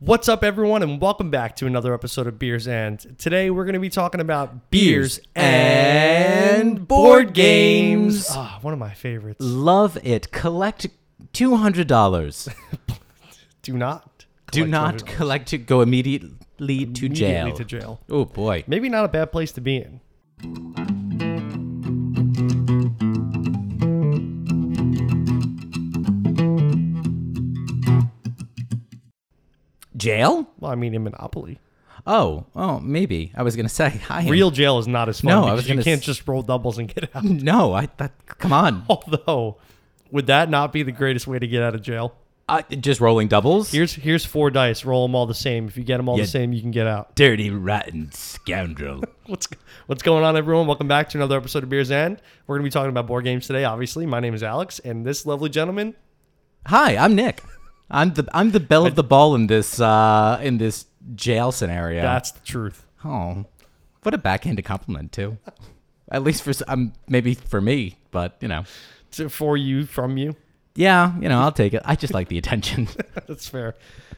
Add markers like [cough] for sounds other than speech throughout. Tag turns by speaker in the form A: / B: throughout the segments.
A: What's up, everyone, and welcome back to another episode of Beers and. Today, we're going to be talking about beers and board games. Ah, one of my favorites.
B: Love it. Collect two hundred dollars.
A: Do not.
B: [laughs] Do
A: collect
B: not
A: $200
B: collect it. Go immediately to
A: immediately
B: jail.
A: to jail.
B: Oh boy.
A: Maybe not a bad place to be in.
B: Jail?
A: Well, I mean, in Monopoly,
B: Oh, oh, maybe. I was gonna say [laughs] I am-
A: real jail is not as fun.
B: No, I
A: because
B: was
A: you
B: gonna
A: can't
B: s-
A: just roll doubles and get out. [laughs]
B: No, I that, come on.
A: Although, would that not be the greatest way to get out of jail?
B: Uh, just rolling doubles.
A: Here's here's four dice. Roll them all the same. If you get them all
B: Yeah.
A: the same, you can get out.
B: [laughs] dirty
A: [laughs]
B: rotten scoundrel.
A: What's what's going on, everyone? Welcome back to another episode of Beers and. We're going to be talking about board games today. Obviously, my name is Alex, and this lovely gentleman.
B: Hi, I'm Nick. I'm the I'm the bell of the ball in this uh in this jail scenario.
A: That's the truth.
B: oh, what a backhanded
A: [laughs]
B: compliment too. At least for s- um maybe for me, but you know.
A: To- for you, from you. [laughs]
B: Yeah, you know, I'll take it. I just like the attention.
A: That's fair.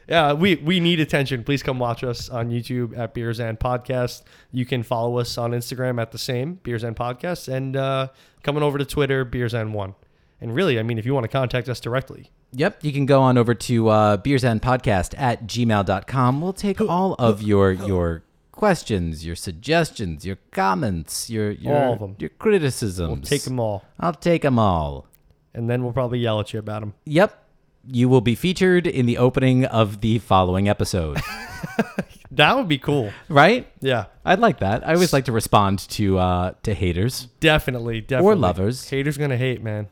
A: Yeah, we we need attention. Please come watch us on YouTube at Beers and Podcast. You can follow us on Instagram at the same Beers and Podcast, and uh, coming over to Twitter Beers and One. And really, I mean, if you want to contact us directly,
B: yep, you can go on over to uh, beersandpodcast at gmail.com.
A: [gasps]
B: We'll take all of your your questions, your suggestions, your comments, your, your
A: All of 'em.
B: your criticisms. We'll
A: take them all,
B: I'll take them all.
A: and then we'll probably yell at you about them.
B: Yep, you will be featured in the opening of the following episode.
A: [laughs] That would be cool.
B: right?
A: Yeah.
B: I'd like that. I always like to respond to uh, to haters.
A: Definitely, definitely.
B: lovers.
A: Haters gonna hate, man.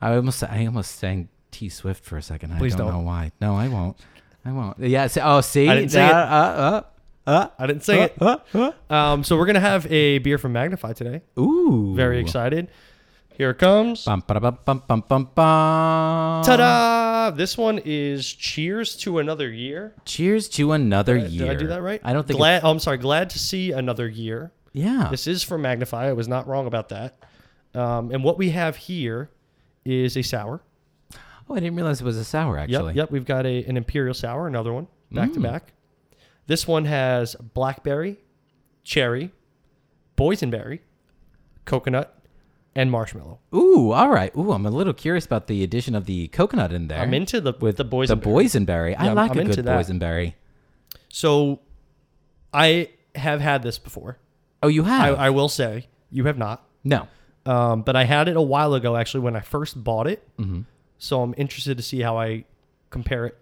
B: I almost I almost sang T Swift for a second. I
A: Please
B: don't,
A: don't.
B: know why. No, I won't. I won't. Yeah. So, oh, see.
A: I didn't sing
B: Uh,
A: it.
B: uh, uh,
A: I didn't say it.
B: uh, uh,
A: Um, so we're gonna have a beer from Magnify today.
B: uh. Ooh.
A: Very excited. Here it comes.
B: Bum, ba, bum, bum, bum, bum, bum.
A: Ta-da! This one is Cheers to another year.
B: Cheers to another year.
A: Did I do that right?
B: I don't think.
A: Glad. Oh, I'm sorry. Glad to see another year.
B: it- yeah.
A: This is from Magnify. I was not wrong about that. Um, and what we have here is a sour.
B: oh, I didn't realize it was a sour.
A: Yep.
B: Actually. Mm.
A: Yep. We've got a an imperial sour. Another one back to back. This one has blackberry, cherry, boysenberry, coconut, and marshmallow.
B: Ooh. All right. Ooh, I'm a little curious about the addition of the coconut in there.
A: I'm into the
B: with
A: the boysenberry.
B: The boysenberry. I
A: I'm-
B: like
A: I'm
B: a
A: into
B: good
A: that.
B: boysenberry.
A: So, I have had this before.
B: Oh, you
A: I,
B: have?
A: I will say you have not.
B: no.
A: Um, but I had it a while ago, actually, when I first bought it.
B: Mm-hmm.
A: So I'm interested to see how I compare it.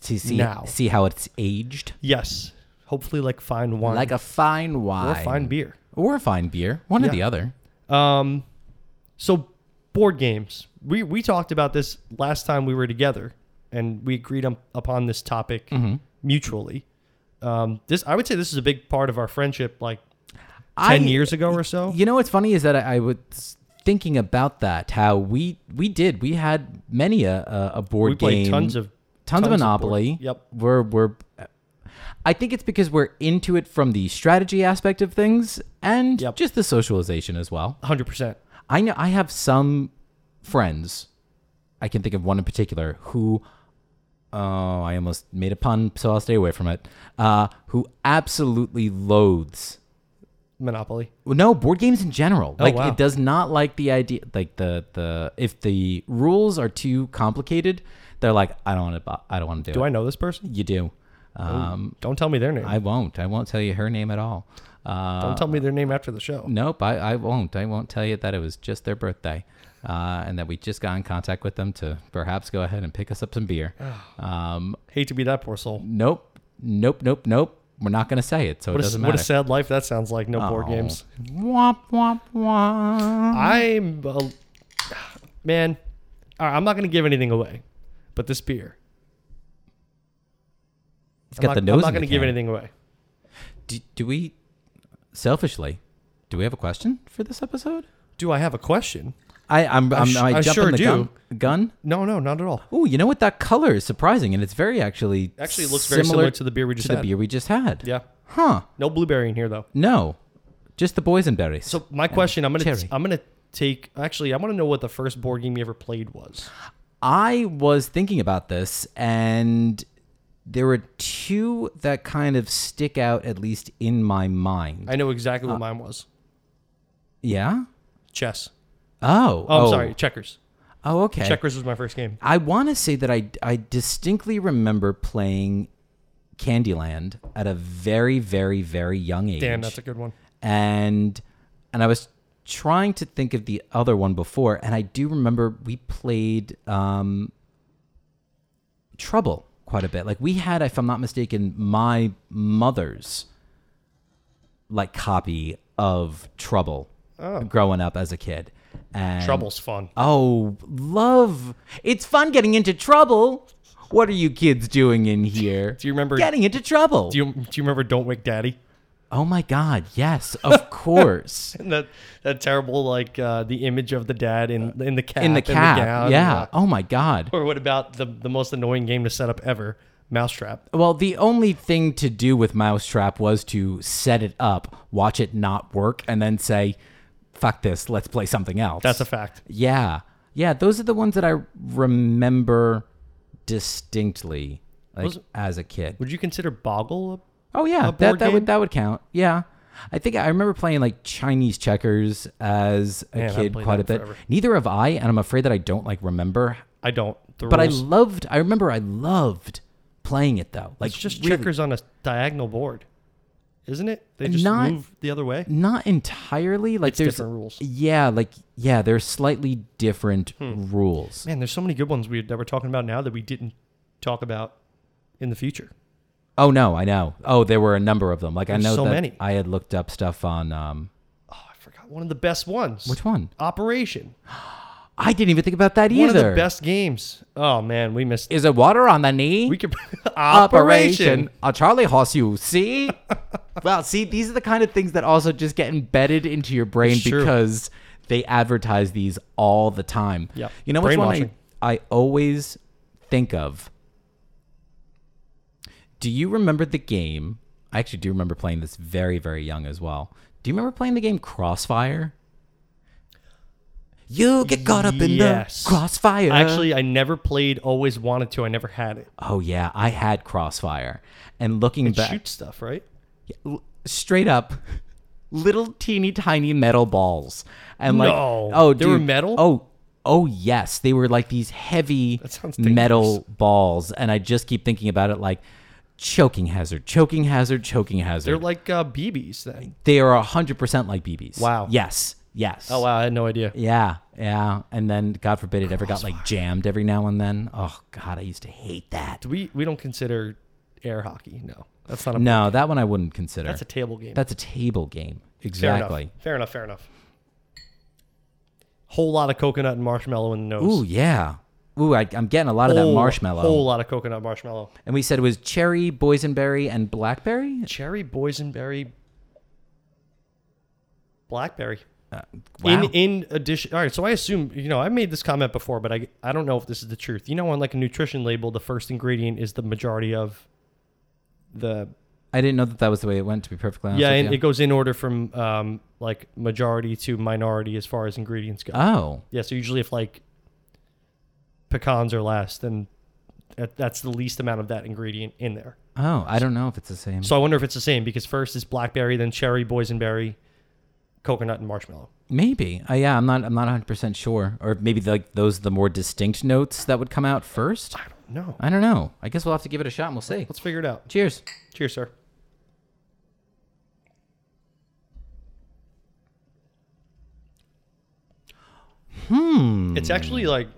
B: See, see,
A: Now.
B: see how it's aged.
A: Yes, hopefully, like fine wine,
B: Like a fine wine.
A: or fine beer.
B: or a fine beer, one or
A: Yeah.
B: the other.
A: Um, so board games. We we talked about this last time we were together, and we agreed um upon this topic
B: Mm-hmm.
A: mutually. Um, this I would say this is a big part of our friendship, like ten years ago or so.
B: You know what's funny is that I, I was thinking about that. How we we did we had many a a, a board
A: We played
B: game,
A: tons of
B: tons, of
A: tons of board-
B: Monopoly.
A: yep.
B: we're we're. I think it's because we're into it from the strategy aspect of things and
A: Yep.
B: just the socialization as well.
A: hundred percent.
B: I know I have some friends. I can think of one in particular who, oh, I almost made a pun, so I'll stay away from it. Uh, who absolutely loathes
A: Monopoly.
B: Well, no, board games in general. Like
A: Oh, wow.
B: it does not like the idea like the the if the rules are too complicated, they're like I don't want to I don't want to do,
A: Do
B: it.
A: I Oh. know this person?
B: you do. Um
A: Don't tell me their name.
B: I won't. I won't tell you her name at all. Uh
A: Don't tell me their name after the show.
B: nope, I, I won't. I won't tell you that it was just their birthday. Uh, and that we just got in contact with them to perhaps go ahead and pick us up
A: [sighs]
B: some beer. Um,
A: Hate to be that poor soul.
B: nope, nope, nope, nope. We're not going to say it, so it
A: What a,
B: doesn't
A: what a
B: matter. Oh.
A: sad life that sounds like. No board games.
B: Womp womp womp.
A: I'm, a, man. All right, I'm not gonna give anything away, but this beer.
B: It's got
A: I'm
B: the
A: not,
B: nose.
A: I'm not
B: in the
A: gonna give
B: can.
A: anything away.
B: Do, do we, selfishly, do we have a question for this episode?
A: Do I have a question?
B: I, I'm, I'm,
A: sh-
B: am I
A: I
B: jumping
A: sure
B: the gun? gun?
A: No, no, not at all.
B: Ooh, you know what? That color is surprising, and it's very actually
A: Actually, it looks very similar to the beer we just
B: to the
A: had.
B: beer we just had.
A: Yeah,
B: Huh?
A: no blueberry in here though.
B: No, just the boysenberries.
A: So my question, I'm gonna,
B: cherry.
A: I'm gonna take. Actually, I want to know what the first board game you ever played was.
B: I was thinking about this, and There were two that kind of stick out, at least in my mind.
A: I know exactly what
B: Uh,
A: mine was.
B: yeah.
A: Chess.
B: Oh.
A: Oh, I'm sorry, checkers.
B: Oh, okay.
A: Checkers was my first game.
B: I want to say that I I distinctly remember playing Candyland at a very very very young age.
A: Damn, that's a good one.
B: and and I was trying to think of the other one before, and I do remember we played um, Trouble quite a bit. Like we had, if I'm not mistaken, my mother's like copy of Trouble
A: Oh.
B: growing up as a kid. And
A: Trouble's fun.
B: Oh, love! It's fun getting into trouble. What are you kids doing in here?
A: Do you remember?
B: getting into trouble?
A: Do you do you remember Don't Wake Daddy? [laughs]
B: oh my God! Yes, of course.
A: And that that terrible like uh, the image of the dad in in the cap
B: Uh, in the
A: and
B: cap.
A: gown and
B: yeah.
A: the-
B: Oh my god.
A: or what about the the most annoying game to set up ever? Mousetrap.
B: Well, the only thing to do with Mousetrap was to set it up, watch it not work, and then say, "Fuck this, let's play something else."
A: That's a fact.
B: yeah, yeah. Those are the ones that I remember distinctly, like
A: Was-
B: as a kid.
A: Would you consider Boggle?
B: Oh yeah, that
A: board
B: that
A: game?
B: would that would count. Yeah. I think I remember playing like Chinese checkers as a
A: Man, I
B: kid
A: played
B: quite
A: that
B: a bit.
A: forever.
B: Neither have I, and I'm afraid that I don't like remember.
A: I don't. The
B: But I
A: rules.
B: loved. I remember I loved playing it though. Like
A: it's just
B: really-
A: checkers on a diagonal board, isn't it? They just
B: Not-
A: move the other way.
B: Not entirely. Like there's
A: different rules.
B: Yeah, like yeah, there's slightly different rules.
A: Hmm. Man, there's so many good ones we that we're talking about now that we didn't talk about in the future.
B: Oh no, I know. Oh, there were a number of them. Like
A: There's
B: I know
A: so
B: that
A: many.
B: I had looked up stuff on um
A: Oh, I forgot one of the best ones.
B: which one?
A: Operation.
B: I didn't even think about that
A: One of
B: either.
A: the best games. Oh man, we missed.
B: Is it water on the knee?
A: We could [laughs]
B: operation. A Charlie horse, you see? [laughs] well, see, these are the kind of things that also just get embedded into your brain
A: It's true.
B: because they advertise these all the time.
A: Yep.
B: You know which one I,
A: Brainwashing.
B: I always think of? Do you remember the game? I actually do remember playing this very, very young as well. Do you remember playing the game Crossfire? You get caught up in
A: Yes.
B: the crossfire.
A: Actually, I never played. Always wanted to. I never had it.
B: Oh yeah, I had Crossfire, and looking back,
A: Shoot stuff, right?
B: l- straight up, little teeny tiny metal balls, and like
A: No.
B: oh,
A: They were
B: dude,
A: metal?
B: Oh, oh yes, they were like these heavy
A: sounds dangerous.
B: metal balls, and I just keep thinking about it like choking hazard, choking hazard, choking hazard.
A: They're like uh, BBs then.
B: they are hundred percent like BBs.
A: Wow.
B: Yes. Yes.
A: Oh wow, I had no idea.
B: Yeah, yeah, and then God forbid it ever got like jammed every now and then. Oh God, I used to hate that.
A: We we don't consider air hockey. No, that's not a.
B: No, that one I wouldn't consider.
A: That's a table game.
B: That's a table game.
A: fair
B: Exactly.
A: Enough. Fair enough. Fair enough. Whole lot of coconut and marshmallow in the nose.
B: Ooh, yeah. Ooh, I, I'm getting a lot of that
A: Whole-
B: marshmallow.
A: Whole lot of coconut marshmallow.
B: And we said it was cherry, boysenberry, and blackberry.
A: Cherry, boysenberry, blackberry.
B: Uh, Wow.
A: In in addition, all right. So I assume you know I made this comment before, but I I don't know if this is the truth. You know, on like a nutrition label, the first ingredient is the majority of the
B: I didn't know that that was the way it went. To be perfectly honest.
A: yeah,
B: with
A: and
B: you.
A: it goes in order from um like majority to minority as far as ingredients go.
B: oh,
A: Yeah, so usually if like pecans are last, then that, that's the least amount of that ingredient in there.
B: oh, I don't know if it's the same.
A: So I wonder if it's the same because first is blackberry, then cherry, boysenberry, coconut, and marshmallow.
B: Maybe. Uh, yeah, I'm not. I'm not 100 percent sure. Or maybe like those are the more distinct notes that would come out first.
A: I don't know.
B: I don't know. I guess we'll have to give it a shot and we'll see.
A: Let's figure it out.
B: Cheers.
A: Cheers, sir. Hmm. It's actually like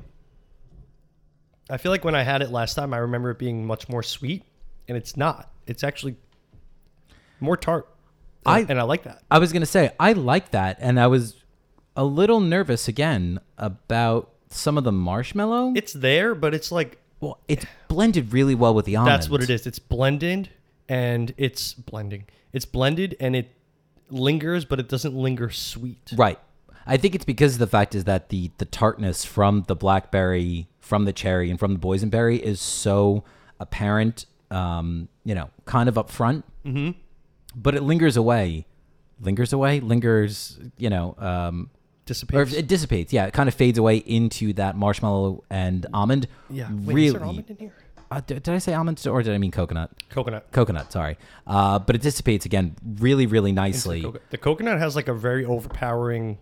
A: I feel like when I had it last time, I remember it being much more sweet, and it's not. It's actually more tart.
B: I-
A: and I like that.
B: I was gonna say I like that, and I was a little nervous again about some of the marshmallow.
A: It's there, but it's like
B: Well, it's blended really well with the almond.
A: That's what it is. It's blended and it's blending. It's blended and it lingers, but it doesn't linger sweet.
B: Right. I think it's because the fact is that the the tartness from the blackberry, from the cherry, and from the boysenberry is so apparent. Um, you know, kind of up front, mm-hmm. but it lingers away, lingers away, lingers. You know, um, or
A: Dissipates.
B: it dissipates. Yeah, it kind of fades away into that marshmallow and almond.
A: yeah. Wait, is
B: really.
A: there almond in here?
B: uh, did, did I say almond or did I mean coconut?
A: Coconut.
B: Coconut, sorry. Uh, but it dissipates again really, really nicely.
A: Coco- The coconut has like a very overpowering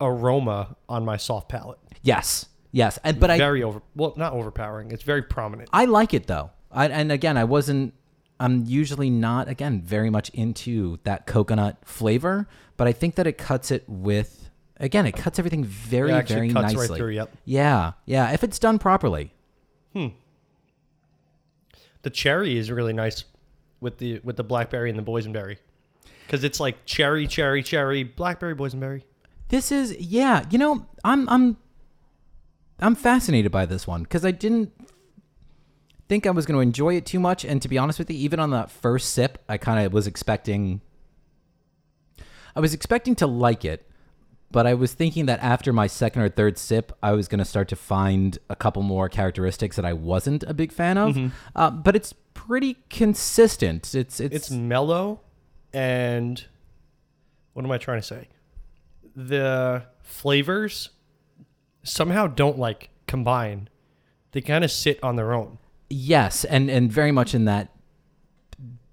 A: aroma on my soft palate.
B: Yes, yes. And, but I,
A: very over well, not overpowering. It's very prominent.
B: I like it though. I, and again, I wasn't. I'm usually not again very much into that coconut flavor, but I think that it cuts it with again. It cuts everything very
A: It actually
B: very
A: cuts right
B: nicely.
A: through, yep.
B: Yeah, yeah. If it's done properly,
A: The cherry is really nice with the with the blackberry and the boysenberry. Cuz it's like cherry, cherry, cherry, blackberry, boysenberry.
B: this is yeah. You know, I'm I'm I'm fascinated by this one because I didn't think I was going to enjoy it too much. And to be honest with you, even on that first sip, I kind of was expecting. I was expecting to like it, but I was thinking that after my second or third sip, I was going to start to find a couple more characteristics that I wasn't a big fan of. Uh, but it's pretty consistent. It's it's,
A: It's mellow and what am I trying to say? The flavors somehow don't like combine. They kind of sit on their own.
B: Yes, and and very much in that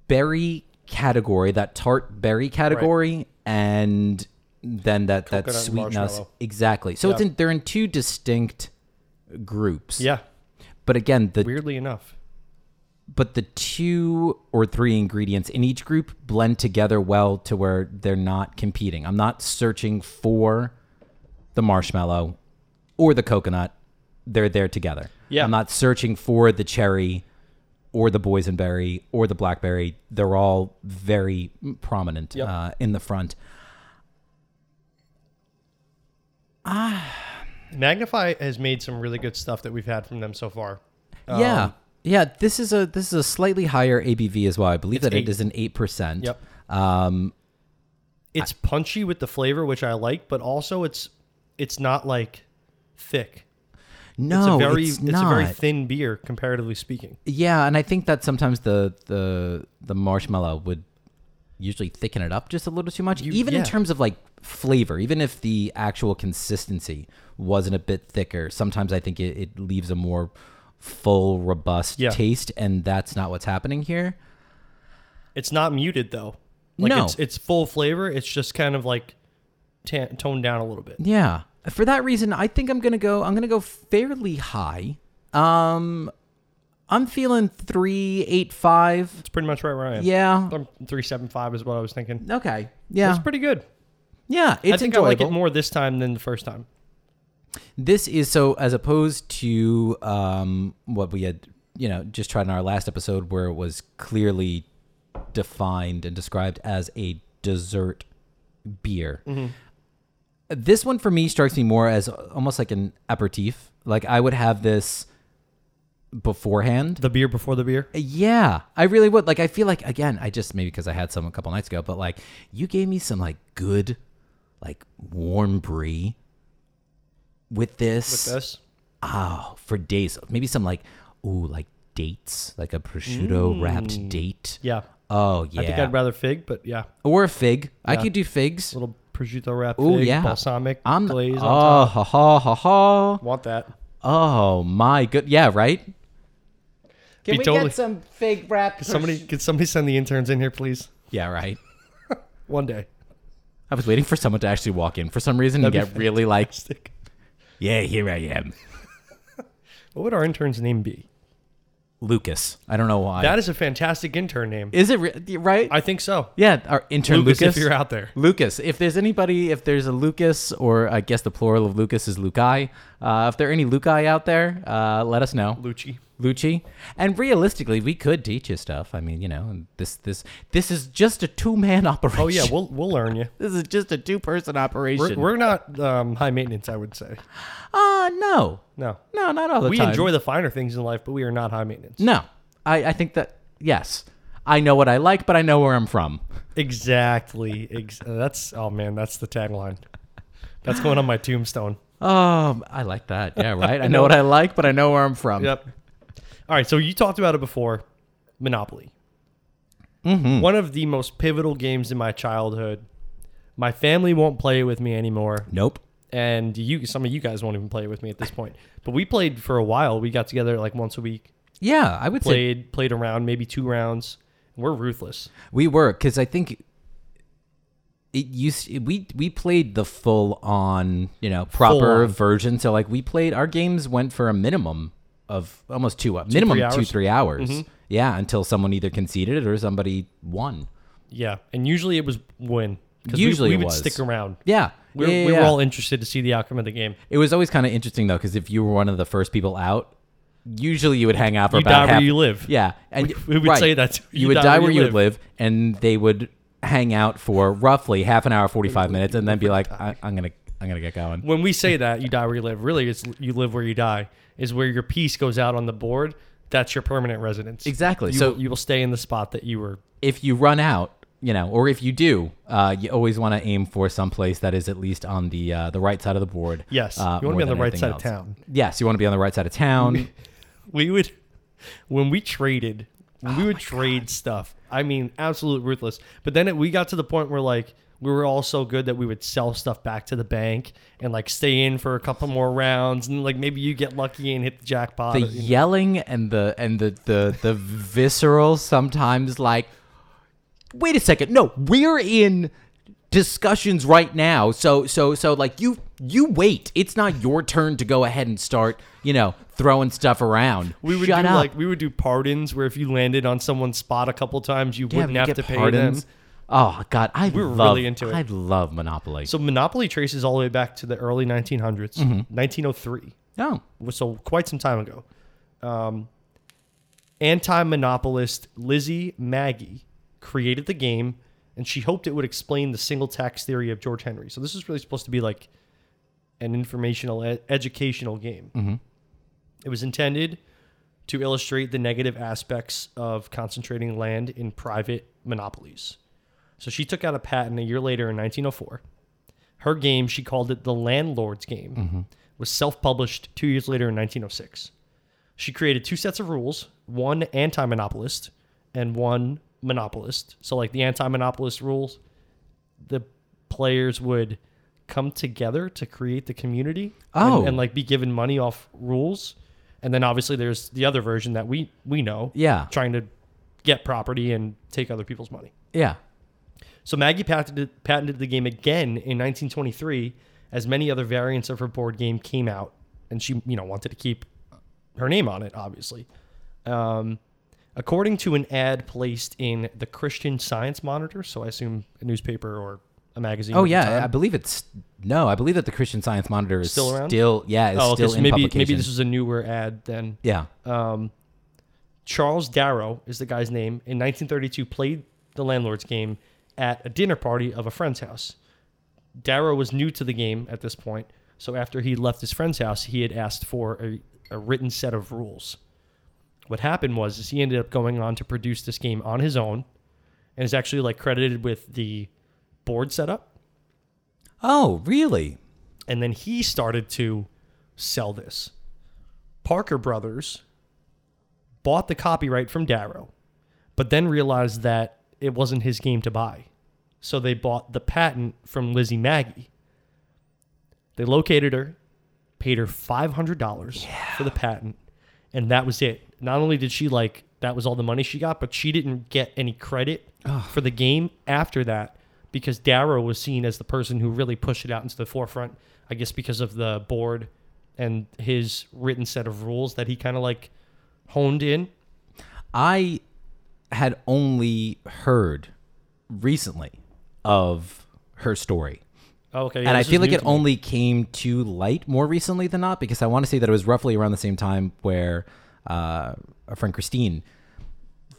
B: berry category, that tart berry category, and then that that
A: Coconut and
B: sweetness
A: marshmallow.
B: exactly. So it's
A: Yeah.
B: in they're in two distinct groups.
A: Yeah,
B: But again, the
A: weirdly enough.
B: but the two or three ingredients in each group blend together well to where they're not competing. I'm not searching for the marshmallow or the coconut. They're there together.
A: Yeah.
B: I'm not searching for the cherry or the boysenberry or the blackberry. They're all very prominent
A: Yep.
B: uh, in the front.
A: Magnify has made some really good stuff that we've had from them so far. Um,
B: yeah. Yeah, this is a this is a slightly higher ABV as well. I believe that
A: eight.
B: it is an 8%.
A: Yep.
B: Um
A: It's punchy with the flavor, which I like, but also it's it's not like thick.
B: no,
A: it's a very
B: it's,
A: a very
B: not.
A: thin beer comparatively speaking.
B: Yeah, and I think that sometimes the the the marshmallow would usually thicken it up just a little too much, even in
A: yeah.
B: terms of like flavor. Even if the actual consistency wasn't a bit thicker, sometimes I think it, it leaves a more full, robust
A: Yeah.
B: taste, and that's not what's happening here.
A: It's not muted though. Like
B: No.
A: it's it's full flavor. It's just kind of like ta toned down a little bit.
B: Yeah. For that reason, I think I'm gonna go. I'm gonna go fairly high. Um, I'm feeling three eight five.
A: It's pretty much right where I am.
B: Yeah.
A: three seven five is what I was thinking.
B: Okay. Yeah.
A: It's pretty good.
B: yeah. It's
A: I think
B: enjoyable.
A: I like it more this time than the first time.
B: this is so as opposed to um, what we had you know just tried in our last episode where it was clearly defined and described as a dessert beer this one for me strikes me more as almost like an aperitif like i would have this beforehand
A: The beer before the beer.
B: yeah, I really would. Like, I feel like again, I just maybe because I had some a couple nights ago, but like you gave me some like good, like warm brie with this,
A: This.
B: oh for days. Maybe some like ooh like dates, like a prosciutto wrapped date.
A: Yeah.
B: Oh yeah,
A: Mm. I think I'd rather fig, but yeah,
B: or a fig. I could do figs.
A: little prosciutto wrap.
B: Ooh,
A: fig,
B: yeah.
A: balsamic
B: I'm
A: glaze.
B: oh
A: on top.
B: ha ha ha ha.
A: Want that?
B: Oh my good. Yeah, right. Can
A: Be totally-
B: some fig
A: [laughs]
B: wrapped?
A: Somebody, could somebody send the interns in here, please?
B: Yeah, right.
A: One day. [laughs]
B: I was waiting for someone to actually walk in for some reason and
A: That'd be
B: get really like,
A: Stick.
B: yeah, here I am,
A: What would our intern's name be?
B: Lucas. I don't know why.
A: That is a fantastic intern name.
B: is it re- right?
A: I think so.
B: yeah, our intern
A: Lucas,
B: Lucas.
A: if you're out there.
B: Lucas. If there's anybody, if there's a Lucas, or I guess the plural of Lucas is Lukai. Uh, if there are any Lukai out there, uh, let us know.
A: Lucci.
B: Lucci. And realistically, we could teach you stuff. I mean, you know, and this this this is just a two [laughs] man operation.
A: Oh, yeah, we'll, we'll learn you.
B: this is just a two person
A: We're,
B: operation.
A: we're not um, high maintenance, I would say.
B: uh no,
A: No.
B: no, not all the
A: We
B: time.
A: enjoy the finer things in life, but we are not high maintenance.
B: No, I, I think that yes, I know what I like, but I know where I'm from.
A: Exactly. Ex- uh, that's, oh man, that's the tagline. That's going on my tombstone.
B: Um, I like that. Yeah, right. I
A: [laughs]
B: know what I like, but I know where I'm from.
A: Yep. All right. So you talked about it before Monopoly.
B: Mm-hmm.
A: One of the most pivotal games in my childhood. My family won't play it with me anymore,
B: Nope.
A: and you some of you guys won't even play with me at this point. But we played for a while. We got together like once a week,
B: Yeah, I would say
A: played played a round, maybe two rounds. We're ruthless.
B: we were because I think it used we we played the full on you know proper
A: on.
B: version. So like we played our games went for a minimum of almost two uh,
A: three
B: minimum two
A: hours? Mm-hmm.
B: three hours. Yeah, until someone either conceded or somebody won.
A: Yeah, and usually it was win. 'Cause we-
B: Usually
A: we,
B: it
A: would
B: was.
A: stick around.
B: Yeah,
A: We,
B: yeah,
A: we
B: yeah,
A: were
B: yeah.
A: all interested to see the outcome of the game.
B: It was always kind of interesting though, because if you were one of the first people out, usually you would hang out for
A: You
B: about
A: die where
B: half-
A: you live.
B: Yeah, and
A: we would
B: right.
A: say that too.
B: you, would die, where you would live, and they would hang out for roughly half an hour, forty five minutes, and then be like, I, "I'm gonna, I'm gonna get going."
A: When we say that you die where you live, really it's you live where you die is where your piece goes out on the board. That's your permanent residence.
B: Exactly.
A: You,
B: So-
A: you will stay in the spot that you were.
B: If you run out, you know, or if you do, uh, you always want to aim for someplace that is at least on the uh, the right side of the board.
A: Yes,
B: uh,
A: you want
B: more
A: to be on
B: than
A: the right
B: anything
A: side of
B: else.
A: town.
B: Yes, you want to be on the right side
A: [laughs]
B: of town.
A: we would when we traded when
B: Oh
A: we would trade stuff i mean absolute ruthless but then it, we got to the point where like we were all so good that we would sell stuff back to the bank and like stay in for a couple more rounds and like maybe you get lucky and hit the jackpot
B: the
A: you know.
B: yelling and the and the the the visceral sometimes like wait a second no we're in discussions right now so so so like you you wait it's not your turn to go ahead and start you know throwing stuff around
A: we would
B: Shut
A: do
B: up.
A: like we would do pardons where if you landed on someone's spot a couple times you
B: Yeah,
A: wouldn't
B: we
A: have
B: get
A: to pay
B: pardons.
A: them
B: oh god i
A: were
B: love,
A: really into it.
B: i love monopoly
A: so monopoly traces all the way back to the early 1900s 1903
B: oh
A: was so quite some time ago. Um, anti-monopolist Lizzie Maggie created the game, and she hoped it would explain the single tax theory of George Henry. So this is really supposed to be like an informational, e- educational game. It was intended to illustrate the negative aspects of concentrating land in private monopolies. So she took out a patent a year later in 1904. Her game, she called it the Landlord's Game, was self published two years later in 1906. She created two sets of rules one anti monopolist and one monopolist. So, like the anti monopolist rules, the players would come together to create the community and-
B: Oh.
A: and like be given money off rules. And then obviously there's the other version that we we know.
B: Yeah.
A: Trying to get property and take other people's money.
B: yeah
A: So Maggie patented, patented the game again in 1923 as many other variants of her board game came out and she, you know, wanted to keep her name on it obviously. Um according to an ad placed in the Christian Science Monitor, so I assume a newspaper or a magazine.
B: oh
A: at the
B: yeah
A: time.
B: i believe it's no i believe that the christian science monitor is
A: Still around?
B: still yeah it's
A: Oh, okay,
B: still
A: so
B: in
A: maybe
B: publication
A: maybe this Uh, was a newer ad then.
B: yeah
A: Charles Darrow is the guy's name, in 1932 played the landlord's game at a dinner party of a friend's house. Darrow was new to the game at this point, so after he left his friend's house, he had asked for a, a written set of rules. What happened was is he ended up going on to produce this game on his own and is actually like credited with the board setup
B: oh really
A: and then he started to sell this. Parker Brothers bought the copyright from Darrow, but then realized that it wasn't his game to buy. So they bought the patent from Lizzie Maggie. They located her, paid her $500 for the patent, and that was it. Not only did she like that was all the money she got, but she didn't get any credit for the game after that because Darrow was seen as the person who really pushed it out into the forefront, I guess because of the board and his written set of rules that he kind of like honed in.
B: I had only heard recently of her story.
A: Oh, okay. yeah,
B: And I
A: this is
B: feel like
A: new
B: it
A: to me.
B: only came to light more recently than not because I want to say that it was roughly around the same time where uh, our friend Christine,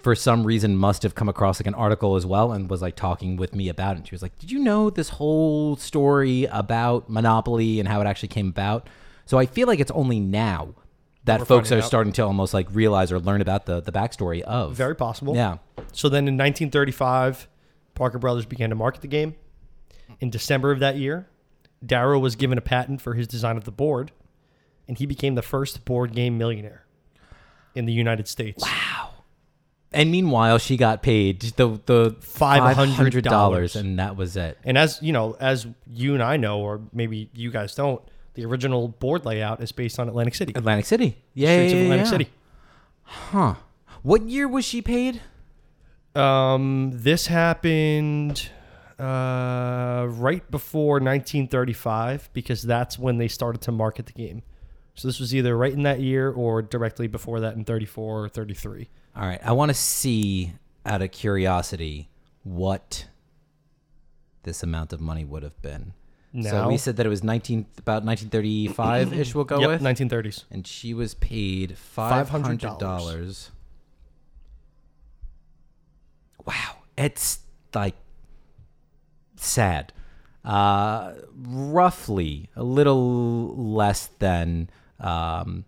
B: for some reason, must have come across like an article as well and was like talking with me about it. And she was like, "Did you know this whole story about Monopoly and how it actually came about?" So I feel like it's only now that folks are
A: finding out.
B: starting to almost like realize or learn about the the backstory of
A: very possible.
B: yeah.
A: So then in 1935, Parker Brothers began to market the game. In December of that year, Darrow was given a patent for his design of the board, and he became the first board game millionaire in the United States. Wow.
B: And meanwhile, she got paid the the
A: $500.
B: $500, and that was it.
A: And as you know, as you and I know, or maybe you guys don't, the original board layout is based on Atlantic City,
B: Atlantic City, yeah,
A: streets of
B: yeah, yeah,
A: Atlantic
B: yeah.
A: City.
B: Huh? What year was she paid?
A: Um, this happened uh, right before 1935 because that's when they started to market the game. So this was either right in that year or directly before that in 34 or 33.
B: All right, I want to see out of curiosity what this amount of money would have been. So
A: Now?
B: we said that it was nineteen about nineteen thirty five ish. We'll go
A: Yep,
B: Oh, with
A: 1930s.
B: and she was paid five hundred dollars. Wow, it's like sad. Uh, roughly a little less than um,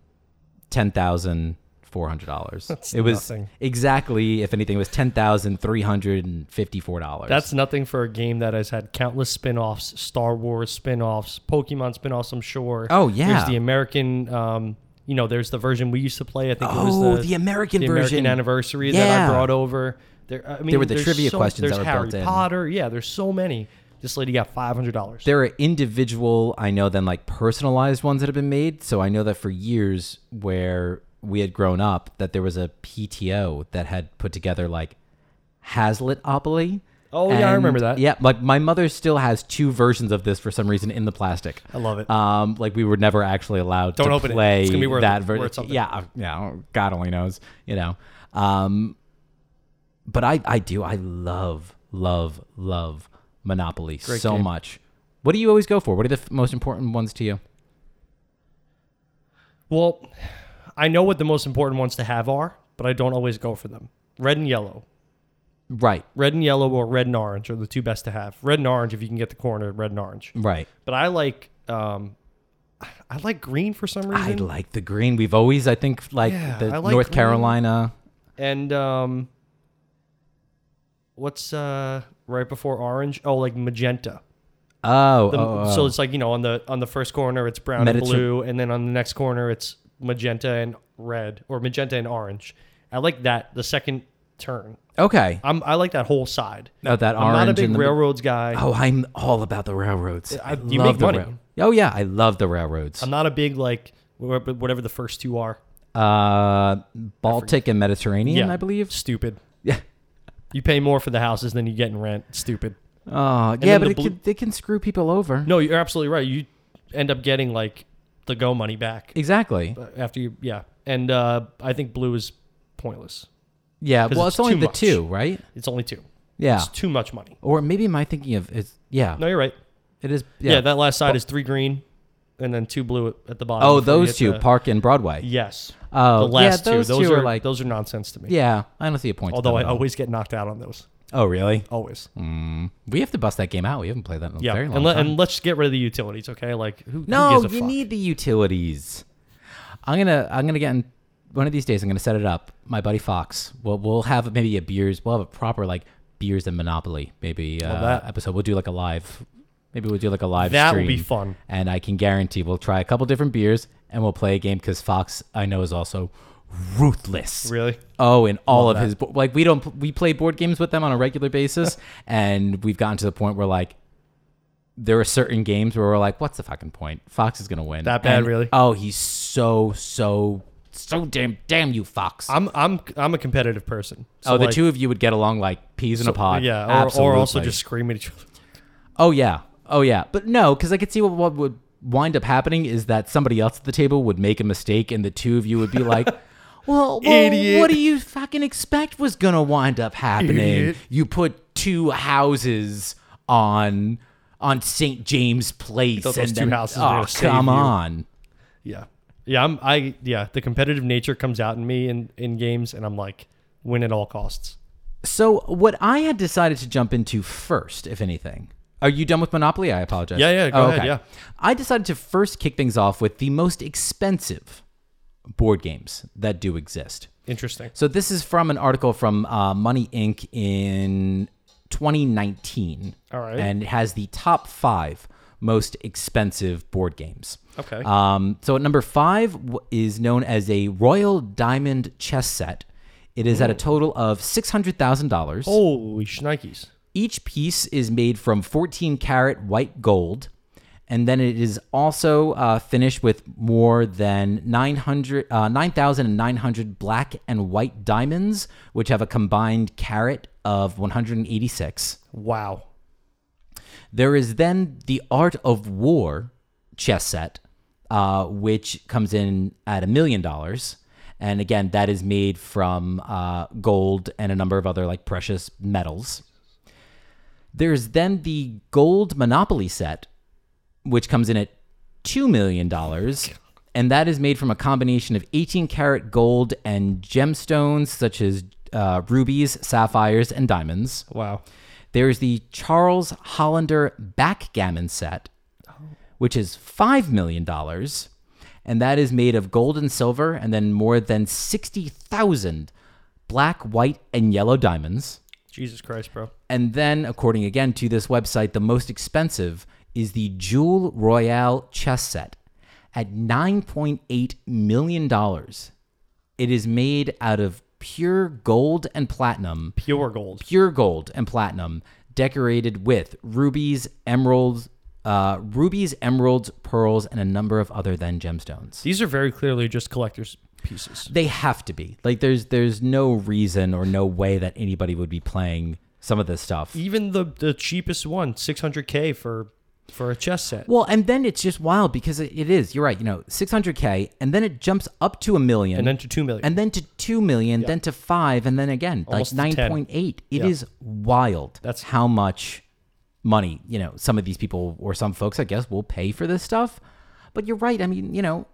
B: ten thousand four hundred dollars. It was
A: nothing.
B: exactly, if anything, it was ten thousand three hundred and fifty-four dollars.
A: That's nothing for a game that has had countless spin-offs, Star Wars spin-offs, Pokemon spin-offs, I'm sure.
B: Oh, yeah.
A: There's the American um, you know, there's the version we used to play. I think it
B: Oh,
A: was the,
B: the American
A: the
B: version.
A: American anniversary that
B: Yeah.
A: I brought over. There I mean
B: were the
A: there's
B: trivia
A: so-
B: questions that
A: there's
B: were
A: Harry
B: built in.
A: Potter. Yeah, there's so many. This lady got five hundred dollars.
B: there are individual i know then like personalized ones that have been made so i know that for years where we had grown up that there was a pto that had put together like hazletopoly
A: Oh, yeah, I remember that.
B: yeah like my mother still has two versions of this for some reason in the plastic
A: I love it.
B: um like we were never actually allowed
A: Don't
B: to
A: open it.
B: play
A: It's gonna be worth
B: that
A: it.
B: version
A: Worth something.
B: yeah uh, yeah oh, god only knows you know um but I, I do. I love, love, love Monopoly so
A: game.
B: much. What do you always go for? What are the f- most important ones to you?
A: Well, I know what the most important ones to have are, but I don't always go for them. Red and yellow.
B: Right,
A: Red and yellow or red and orange are the two best to have. Red and orange if you can get the corner, red and orange.
B: right.
A: But I like um I like green for some
B: I
A: reason.
B: like the green. We've always, I think, like
A: Yeah, I
B: the
A: like
B: North
A: green.
B: Carolina.
A: and um what's uh right before orange? Oh, like magenta.
B: Oh,
A: The-
B: oh, oh.
A: So it's like, you know, on the on the first corner it's brown
B: Mediter-
A: and blue and then on the next corner it's magenta and red or magenta and orange. I like that the second turn.
B: okay.
A: I'm I like that whole side.
B: Oh, that
A: I'm
B: orange.
A: not a big
B: and the-
A: railroads guy.
B: Oh, I'm all about the railroads. I,
A: you
B: love
A: make
B: the
A: money.
B: rail- Oh yeah, I love the railroads.
A: I'm not a big like wha- whatever the first two are.
B: Uh, Baltic and Mediterranean, I believe.
A: Stupid.
B: Yeah.
A: You pay more for the houses than you get in rent. Stupid.
B: Oh, yeah,
A: then
B: but
A: the
B: it
A: blue-
B: can, they can screw people over.
A: No, you're absolutely right. You end up getting like the go money back
B: Exactly.
A: after you. Yeah, and uh, I think blue is pointless.
B: Yeah. Well,
A: it's
B: it's, only
A: too
B: the
A: much.
B: two, right?
A: It's only two.
B: Yeah.
A: It's too much money.
B: Or maybe am I thinking of it's yeah.
A: No, you're right.
B: It is yeah.
A: Yeah, that last side is three green, and then two blue at- at the bottom.
B: oh,
A: before you
B: those
A: hit
B: two,
A: the-
B: Park and Broadway.
A: yes.
B: Oh,
A: The last
B: yeah, those
A: two. Those
B: two
A: are,
B: are like
A: those are nonsense to me.
B: yeah. I don't see a point. to
A: Although
B: them
A: I
B: at all.
A: always get knocked out on those.
B: oh really?
A: Always.
B: Mm, we have to bust that game out. We haven't played that in a
A: Yeah,
B: very long
A: and, let,
B: time.
A: and let's get rid of the utilities, okay? Like, who, who
B: no,
A: gives a
B: you
A: fuck?
B: need the utilities. I'm gonna I'm gonna get in one of these days. I'm gonna set it up. My buddy Fox. We'll we'll have maybe a beers. We'll have a proper like beers and Monopoly maybe uh,
A: that.
B: episode. We'll do like a live. Maybe we'll do like a live.
A: That
B: stream.
A: would be fun.
B: and I can guarantee we'll try a couple different beers and we'll play a game because Fox I know is also ruthless.
A: Really?
B: Oh, and all of his bo- like we don't we play board games with them on a regular basis,
A: [laughs]
B: and we've gotten to the point where like there are certain games where we're like, what's the fucking point? Fox is gonna win.
A: That bad,
B: And-
A: really?
B: Oh, he's so so so damn damn you, Fox.
A: I'm I'm I'm a competitive person. So,
B: oh, the
A: like,
B: two of you would get along like peas in a pod.
A: Yeah, or, or also
B: Absolutely.
A: just scream at each other. [laughs]
B: Oh yeah. Oh yeah. But no, because I could see what, what would wind up happening is that somebody else at the table would make a mistake, and the two of you would
A: [laughs]
B: be like. Well, well
A: Idiot.
B: what do you fucking expect was gonna wind up happening?
A: Idiot.
B: You put two houses on on St. James Place,
A: thought
B: and
A: those two
B: then,
A: houses were
B: oh,
A: gonna save
B: come
A: you.
B: on!
A: Yeah. Yeah, I'm I yeah, the competitive nature comes out in me in in games and I'm like win at all costs.
B: So, what I had decided to jump into first, if anything, are you done with Monopoly? I apologize. Oh,
A: Yeah, yeah, go ahead, yeah.
B: I decided to first kick things off with the most expensive board games that do exist.
A: Interesting.
B: So, this is from an article from uh, Money Inc. in 2019.
A: All right.
B: And it has the top five most expensive board games.
A: Okay.
B: Um, so at number five w- is known as a Royal Diamond chess set. It is at a total of six hundred thousand dollars.
A: Holy shnikes.
B: Each piece is made from 14 karat white gold, and then it is also uh, finished with more than 900, uh, 9,900 black and white diamonds, which have a combined carat of 186.
A: Wow.
B: There is then the Art of War chess set, uh, which comes in at a million dollars. And again, that is made from uh, gold and a number of other like precious metals. There's then the Gold Monopoly set, which comes in at $2 million. And that is made from a combination of 18 karat gold and gemstones such as uh, rubies, sapphires, and diamonds.
A: Wow.
B: There is the Charles Hollander backgammon set, which is $5 million. And that is made of gold and silver, and then more than 60,000 black, white, and yellow diamonds.
A: Jesus Christ, bro.
B: And then, according again to this website, the most expensive is the Jewel Royale chess set at $9.8 million. It is made out of pure gold and platinum
A: Pure gold.
B: pure gold and platinum, decorated with rubies, emeralds, uh, rubies, emeralds, pearls, and a number of other than gemstones.
A: These are very clearly just collector's pieces.
B: They have to be like there's there's no reason or no way that anybody would be playing some of this stuff.
A: Even the, the cheapest one, 600K for for a chess set.
B: Well, and then it's just wild because it, it is. You're right. You know, 600k, and then it jumps up to a million,
A: and then to 2 million.
B: and then to two million, then to five, and then again
A: Almost to
B: like
A: 10.
B: nine point eight. It is
A: Yeah.
B: wild.
A: That's-
B: how much money you know some of these people or some folks, I guess, will pay for this stuff. But you're right. I mean, you know,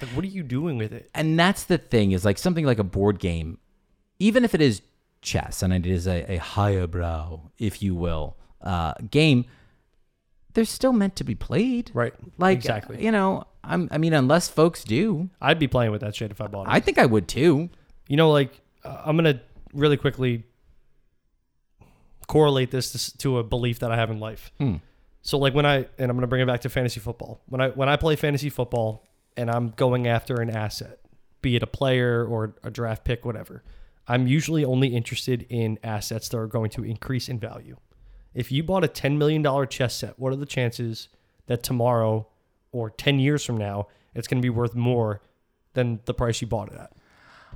A: like, what are you doing with it?
B: and that's the thing is like something like a board game, even if it is chess and it is a, a higher brow, if you will, uh, game. They're still meant to be played,
A: Right.
B: Like
A: Exactly.
B: You know, I'm. I mean, unless folks do,
A: I'd be playing with that shit if I bought it.
B: I think I would too.
A: you know, like uh, I'm gonna really quickly correlate this to, s- to a belief that I have in life. So, like when I and I'm gonna bring it back to fantasy football. When I when I play fantasy football and I'm going after an asset, be it a player or a draft pick, whatever, I'm usually only interested in assets that are going to increase in value. If you bought a ten million dollar chess set, what are the chances that tomorrow or ten years from now it's gonna be worth more than the price you bought it at?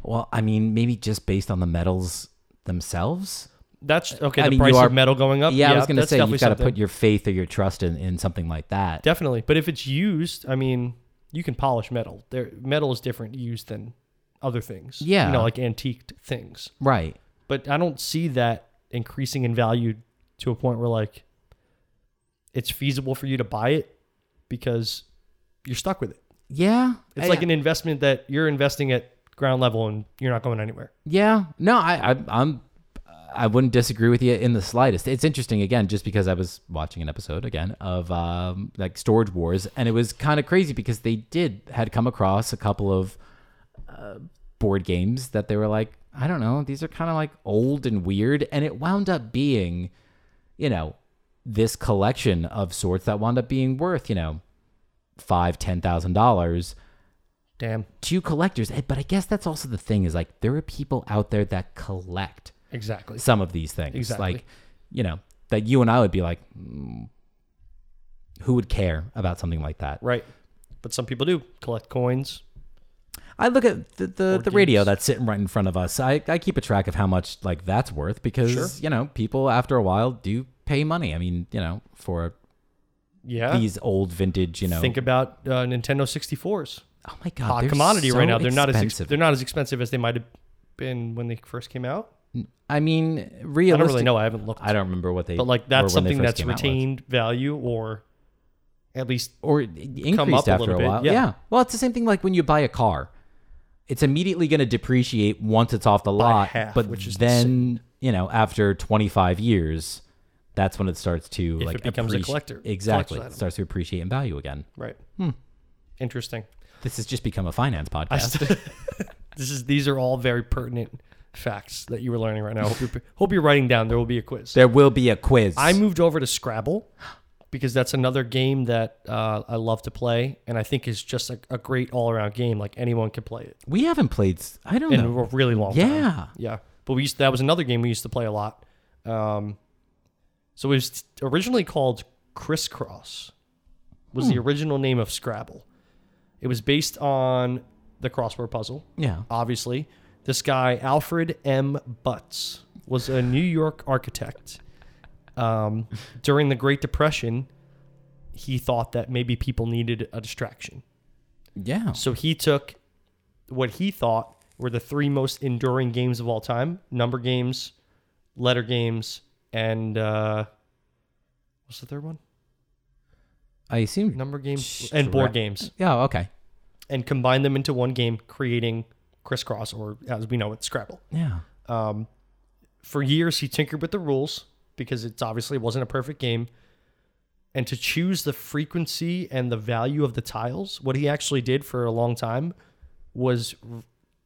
B: Well, I mean, maybe just based on the medals themselves.
A: That's okay.
B: I
A: the
B: mean,
A: price
B: you are-
A: of metal going up.
B: Yeah, I was going to
A: that's
B: say
A: definitely
B: you've got to
A: something.
B: put your faith or your trust in, in something like that.
A: definitely. But if it's used, I mean, you can polish metal. There, metal is different used than other things.
B: Yeah.
A: you know, like antiqued things.
B: right.
A: But I don't see that increasing in value to a point where like it's feasible for you to buy it because you're stuck with it.
B: Yeah.
A: It's
B: I-
A: like an investment that you're investing at ground level and you're not going anywhere.
B: Yeah. No, I, I I'm I wouldn't disagree with you in the slightest. It's interesting again, just because I was watching an episode again of um, like Storage Wars, and it was kind of crazy because they did had come across a couple of uh, board games that they were like, I don't know, these are kind of like old and weird, and it wound up being, you know, this collection of sorts that wound up being worth, you know, five ten thousand dollars
A: Damn.
B: to collectors. Eh, But I guess that's also the thing is like there are people out there that collect
A: Exactly.
B: some of these things.
A: Exactly.
B: Like, you know, that you and I would be like, "Mm, who would care about something like that?
A: Right. But some people do collect coins.
B: I look at the the, the radio
A: games.
B: that's sitting right in front of us. I, I keep a track of how much like that's worth because
A: Sure.
B: you know people after a while do pay money. I mean, you know, for
A: Yeah.
B: these old vintage, you know,
A: Think about uh, Nintendo 64s.
B: oh my god,
A: hot
B: they're
A: commodity
B: so
A: right now. They're not as ex-
B: expensive.
A: they're not as expensive as they might have been when they first came out.
B: I mean,
A: I
B: realistic.
A: don't really know. I haven't looked.
B: I don't remember what they.
A: but like
B: were
A: that's
B: when they
A: something
B: first
A: that's
B: came out with.
A: retained value or at least
B: or increased
A: up a
B: after
A: little
B: a
A: bit,
B: while.
A: yeah.
B: Yeah. Well, it's the same thing like when you buy a car. It's immediately going to depreciate once it's off the lot,
A: half,
B: but
A: which is
B: then, you know, after 25 years, that's when it starts to like
A: it becomes a
B: appreci-
A: collector- collector's
B: Exactly.
A: item.
B: It starts to appreciate in value again.
A: right.
B: Hmm.
A: Interesting.
B: This has just become
A: [laughs]
B: a finance podcast. [laughs]
A: This is these are all very pertinent facts that you were learning right now. Hope you're, hope you're writing down. There will be a quiz.
B: there will be a quiz.
A: I moved over to Scrabble because that's another game that uh, I love to play, and I think is just a, a great all around game. Like anyone can play it
B: We haven't played. s- I don't
A: in
B: know.
A: a really long time.
B: Oh, Yeah.
A: Yeah. But we used that was another game we used to play a lot. Um, so it was originally called Crisscross. Was the original name of Scrabble. It was based on the crossword puzzle,
B: Yeah.
A: obviously. This guy Alfred M. Butts was a New York architect. Um, during the Great Depression, he thought that maybe people needed a distraction.
B: Yeah.
A: So he took what he thought were the three most enduring games of all time: number games, letter games, and uh, what's the third one?
B: I assume.
A: Number games and board
B: Strat-
A: games,
B: Yeah. Okay.
A: and combined them into one game, creating crisscross, or as we know it, Scrabble.
B: Yeah.
A: Um, for years, he tinkered with the rules because it's obviously wasn't a perfect game. And to choose the frequency and the value of the tiles, what he actually did for a long time was r-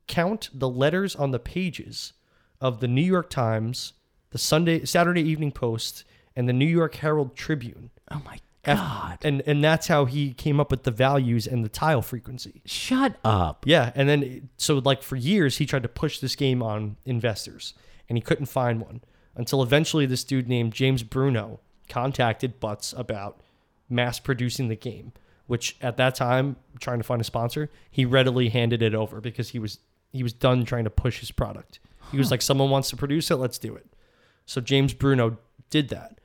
A: count the letters on the pages of the New York Times, the Sunday Saturday Evening Post, and the New York Herald Tribune.
B: Oh my
A: F-
B: God.
A: And and that's how he came up with the values and the tile frequency.
B: Shut up.
A: Yeah, and then it- so like for years he tried to push this game on investors, and he couldn't find one until eventually this dude named James Bruno contacted Butts about mass producing the game, which at that time trying to find a sponsor, he readily handed it over because he was he was done trying to push his product. He was like, someone wants to produce it, let's do it. So James Bruno did that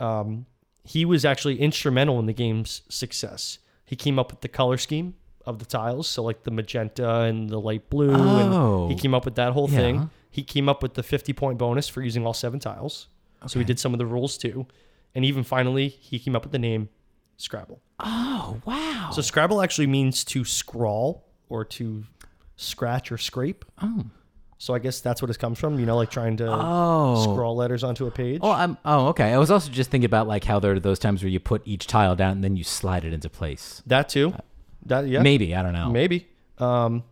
A: um, he was actually instrumental in the game's success. He came up with the color scheme of the tiles, so like the magenta and the light blue,
B: Oh.
A: and he came up with that whole
B: Yeah.
A: thing. He came up with the fifty-point bonus for using all seven tiles, so he did some of the rules too, and even finally he came up with the name Scrabble.
B: Oh wow.
A: So Scrabble actually means to scrawl or to scratch or scrape.
B: oh.
A: So I guess that's what it comes from. You know, like trying to
B: Oh.
A: scrawl letters onto a page.
B: Oh, I'm, oh, okay. I was also just thinking about like how there are those times where you put each tile down and then you slide it into place.
A: That too. That yeah.
B: Maybe I don't know.
A: Maybe. Um,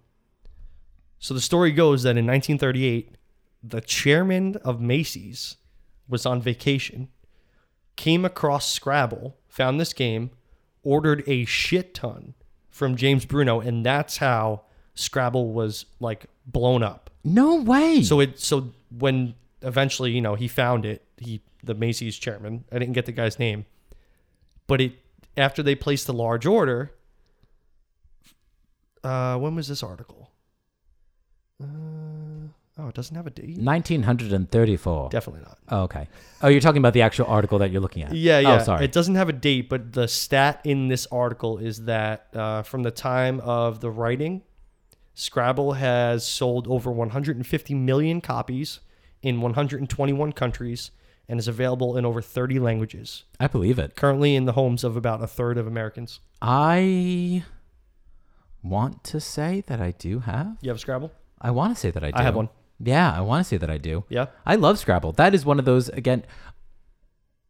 A: so the story goes that in 1938, the chairman of Macy's was on vacation, came across Scrabble, found this game, ordered a shit ton from James Bruno, and that's how Scrabble was like blown up.
B: No way.
A: So it so when eventually you know he found it, he the Macy's chairman. I didn't get the guy's name, but it after they placed the large order. Uh, when was this article? Uh, oh, it doesn't have a date.
B: 1934.
A: Definitely not.
B: oh, okay. Oh, you're talking about the actual article that you're looking at.
A: Yeah, yeah.
B: Oh, sorry.
A: It doesn't have a date, but the stat in this article is that uh, from the time of the writing, Scrabble has sold over 150 million copies in 121 countries and is available in over 30 languages.
B: I believe it.
A: Currently in the homes of about a third of Americans.
B: I want to say that I do have.
A: You have Scrabble?
B: I want to say that I do.
A: I have one.
B: Yeah, I want to say that I do.
A: Yeah.
B: I love Scrabble. That is one of those again.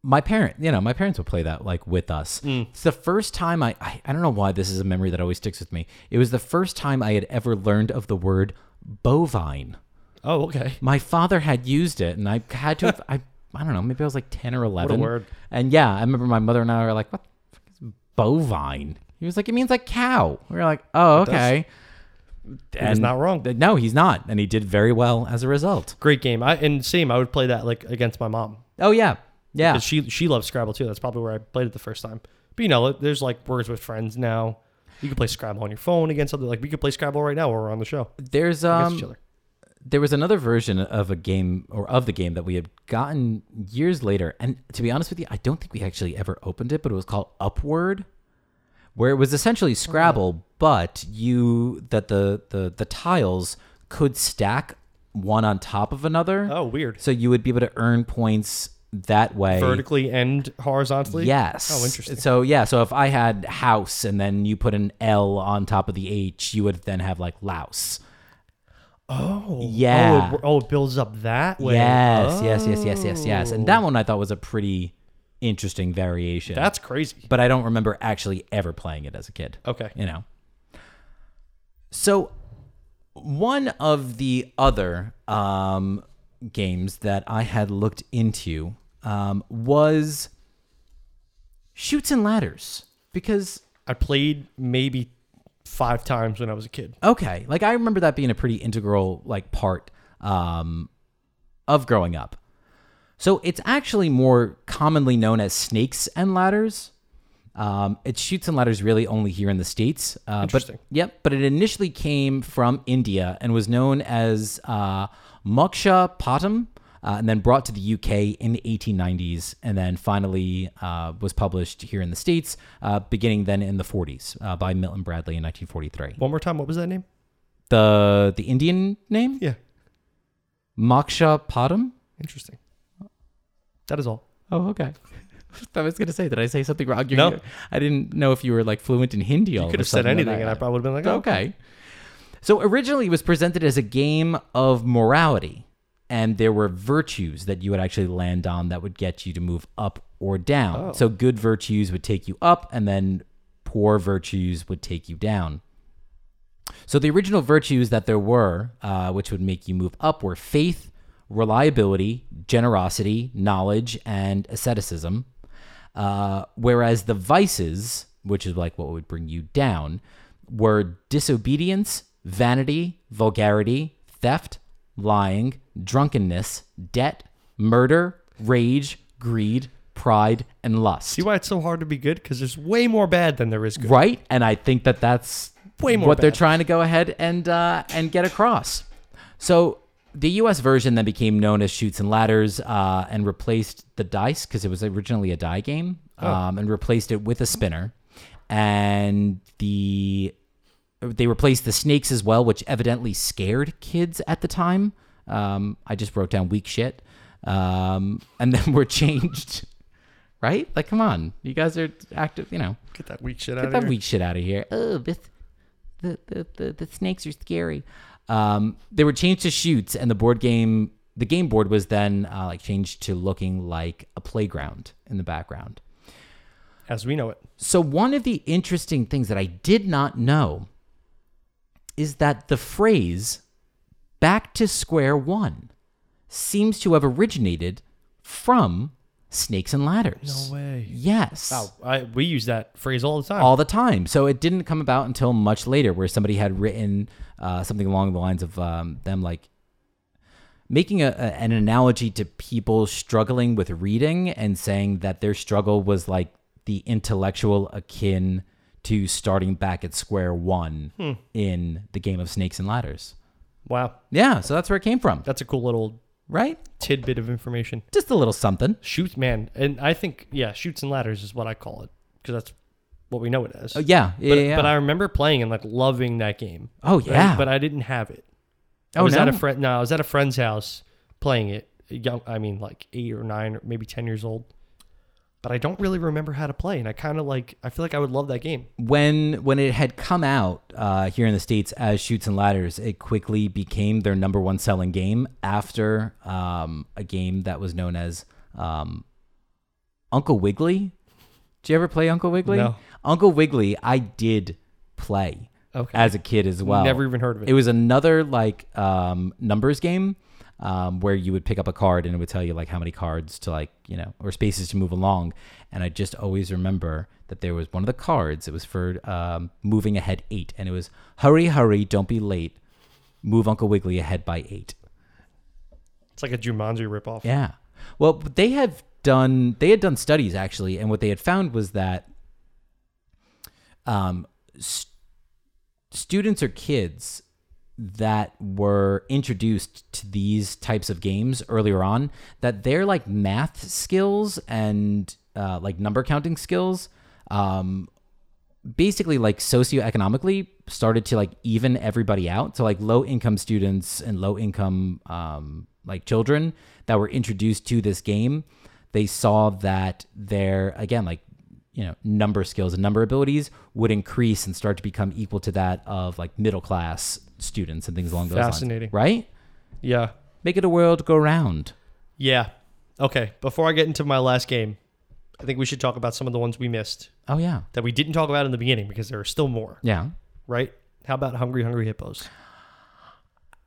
B: My parent, you know, my parents would play that like with us.
A: Mm.
B: It's the first time I, I, I don't know why this is a memory that always sticks with me. It was the first time I had ever learned of the word bovine.
A: Oh, okay.
B: My father had used it, and I had to. Have, [laughs] I I don't know. Maybe I was like ten or eleven.
A: word.
B: And yeah, I remember my mother and I were like, "What the fuck is bovine?" He was like, "It means like cow." We were like, "Oh, okay."
A: He's not wrong.
B: th- No, he's not, and he did very well as a result.
A: Great game. I and same, I would play that like against my mom.
B: Oh yeah, yeah.
A: 'Cause She she loves Scrabble too. That's probably where I played it the first time. But you know, there's like words with friends now. You can play Scrabble on your phone against other like we could play Scrabble right now while we're on the show
B: There's
A: against
B: um
A: each other.
B: there was another version of a game or of the game that we had gotten years later, and to be honest with you, I don't think we actually ever opened it, but it was called Upward, where it was essentially Scrabble, but you that the the the tiles could stack one on top of another,
A: Oh, weird.
B: so you would be able to earn points that way.
A: Vertically and horizontally.
B: Yes.
A: Oh, interesting.
B: So yeah, so if I had house and then you put an L on top of the H, you would then have like louse.
A: Oh,
B: Yeah.
A: Oh, it, oh, it builds up that way. Oh,
B: Yes, yes, yes, yes, yes, yes. And that one I thought was a pretty interesting variation.
A: that's crazy.
B: but I don't remember actually ever playing it as a kid.
A: Okay.
B: You know. So one of the other um, games that I had looked into um, was Shoots and ladders because
A: I played maybe five times when I was a kid.
B: okay, like I remember that being a pretty integral like part um, of growing up. So it's actually more commonly known as snakes and ladders. Um, it shoots and ladders really only here in the states. Uh,
A: Interesting.
B: But, yep, but it initially came from India and was known as uh, Moksha Patam, uh, and then brought to the UK in the 1890s, and then finally uh, was published here in the states, uh, beginning then in the 40s uh, by Milton Bradley in 1943.
A: One more time, what was that name?
B: The the Indian name
A: Yeah,
B: Moksha Padam.
A: interesting. That is all.
B: Oh, okay. [laughs] I was gonna say, did I say something wrong? You're,
A: No.
B: I didn't know if you were like fluent in Hindi. You
A: Could have said anything, and I probably would have been like, "Oh,
B: okay. So originally it was presented as a game of morality, and there were virtues that you would actually land on that would get you to move up or
A: Oh.
B: down. So good virtues would take you up, and then poor virtues would take you down. So the original virtues that there were, uh, which would make you move up, were faith, reliability, generosity, knowledge, and asceticism. Uh, whereas the vices, which is like what would bring you down, were disobedience, vanity, vulgarity, theft, lying, drunkenness, debt, murder, rage, greed, pride, and lust.
A: see why it's so hard to be good? Because there's way more bad than there is good."
B: Right, and I think that that's
A: Way more
B: what they're
A: bad.
B: trying to go ahead and uh, and get across. So the U.S. version then became known as Shoots and Ladders uh, and replaced the dice because it was originally a die game,
A: Oh.
B: um, and replaced it with a spinner, and the they replaced the snakes as well, which evidently scared kids at the time. Um, I just wrote down weak shit, um, and then [laughs] were changed. Right? Like, come on, you guys are active. You know.
A: Get that weak shit out
B: Get
A: of
B: that
A: here.
B: weak shit out of here. Oh, this, the, the, the, the snakes are scary. Um, they were changed to shoots, and the board game, the game board was then uh, like changed to looking like a playground in the background.
A: As we know it,
B: So one of the interesting things that I did not know is that the phrase back to square one seems to have originated from snakes and ladders.
A: way.
B: Yes
A: Wow, I, we use that phrase all the time.
B: all the time. So it didn't come about until much later, where somebody had written uh, something along the lines of um, them like making a, a- an analogy to people struggling with reading and saying that their struggle was like the intellectual akin to starting back at square one
A: Hmm.
B: in the game of snakes and ladders.
A: wow,
B: Yeah, so that's where it came from,
A: that's a cool little
B: right?
A: tidbit of information.
B: Just a little something.
A: Shoots, man, and I think yeah, shoots and ladders is what I call it because that's what we know it as.
B: Oh, yeah, yeah,
A: but,
B: yeah.
A: but I remember playing and like loving that game.
B: oh
A: right?
B: yeah,
A: But I didn't have it. I
B: Oh,
A: was at a
B: no?
A: friend. No, I was at a friend's house playing it. Young, I mean, like eight or nine or maybe ten years old. But I don't really remember how to play, and I kind of like. I feel like I would love that game.
B: when when it had come out uh, here in the states as shoots and ladders, it quickly became their number one selling game after um, a game that was known as um, Uncle Wiggly. Did you ever play Uncle Wiggly?
A: No.
B: Uncle Wiggly, I did play
A: Okay.
B: as a kid as well.
A: Never even heard of it.
B: It was another like um, numbers game um, where you would pick up a card and it would tell you like how many cards to like you know or spaces to move along. And I just always remember that there was one of the cards. It was for um, moving ahead eight, and it was hurry, hurry, don't be late. Move Uncle Wiggily ahead by eight.
A: It's like a Jumanji ripoff.
B: Yeah. Well, they have done they had done studies actually, and what they had found was that um, s students or kids that were introduced to these types of games earlier on that their like math skills and uh, like number counting skills um, basically like socioeconomically started to like even everybody out so like low income students and low income um, like children that were introduced to this game they saw that their again like you know number skills and number abilities would increase and start to become equal to that of like middle class students and things along those lines
A: Fascinating.
B: right
A: Yeah.
B: make it a world go round
A: Yeah. Okay. Before I get into my last game, I think we should talk about some of the ones we missed
B: oh yeah
A: that we didn't talk about in the beginning because there are still more,
B: yeah
A: right? How about Hungry Hungry Hippos?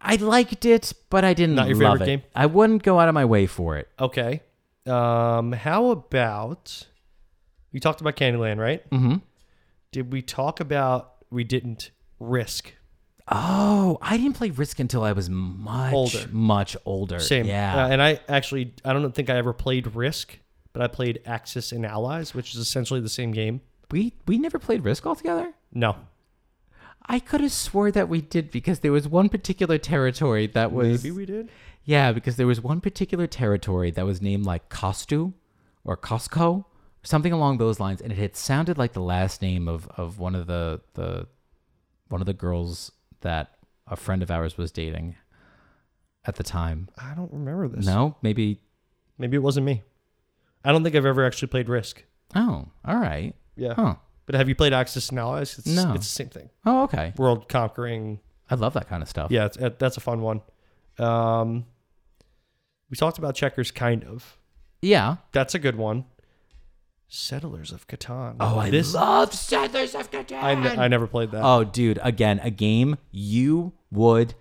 B: i liked it but i didn't
A: Not your
B: love
A: favorite
B: it
A: game?
B: i wouldn't go out of my way for it
A: Okay. Um, how about We talked about Candyland, right?
B: Mm-hmm.
A: Did we talk about we didn't risk?
B: Oh, I didn't play Risk until I was much,
A: Older.
B: much older.
A: Same.
B: Yeah.
A: Uh, and I actually I don't think I ever played Risk, but I played Axis and Allies, which is essentially the same game.
B: we we never played Risk altogether.
A: No.
B: I could have swore that we did because there was one particular territory that was
A: Maybe we did.
B: yeah because there was one particular territory that was named like Costu or Costco something along those lines and it had sounded like the last name of of one of the the one of the girls that a friend of ours was dating at the time.
A: I don't remember this.
B: No, maybe
A: Maybe it wasn't me. I don't think I've ever actually played Risk.
B: oh, all right.
A: Yeah.
B: Huh.
A: But have you played Axis and Allies? It's,
B: No.
A: It's the same thing.
B: Oh, okay.
A: World conquering.
B: I love that kind of stuff.
A: Yeah, it's, uh, that's a fun one. Um, we talked about checkers, kind of.
B: Yeah.
A: That's a good one. Settlers of Catan.
B: Oh, I love Settlers of Catan.
A: I, ne- I never played that.
B: oh, dude, again, a game you would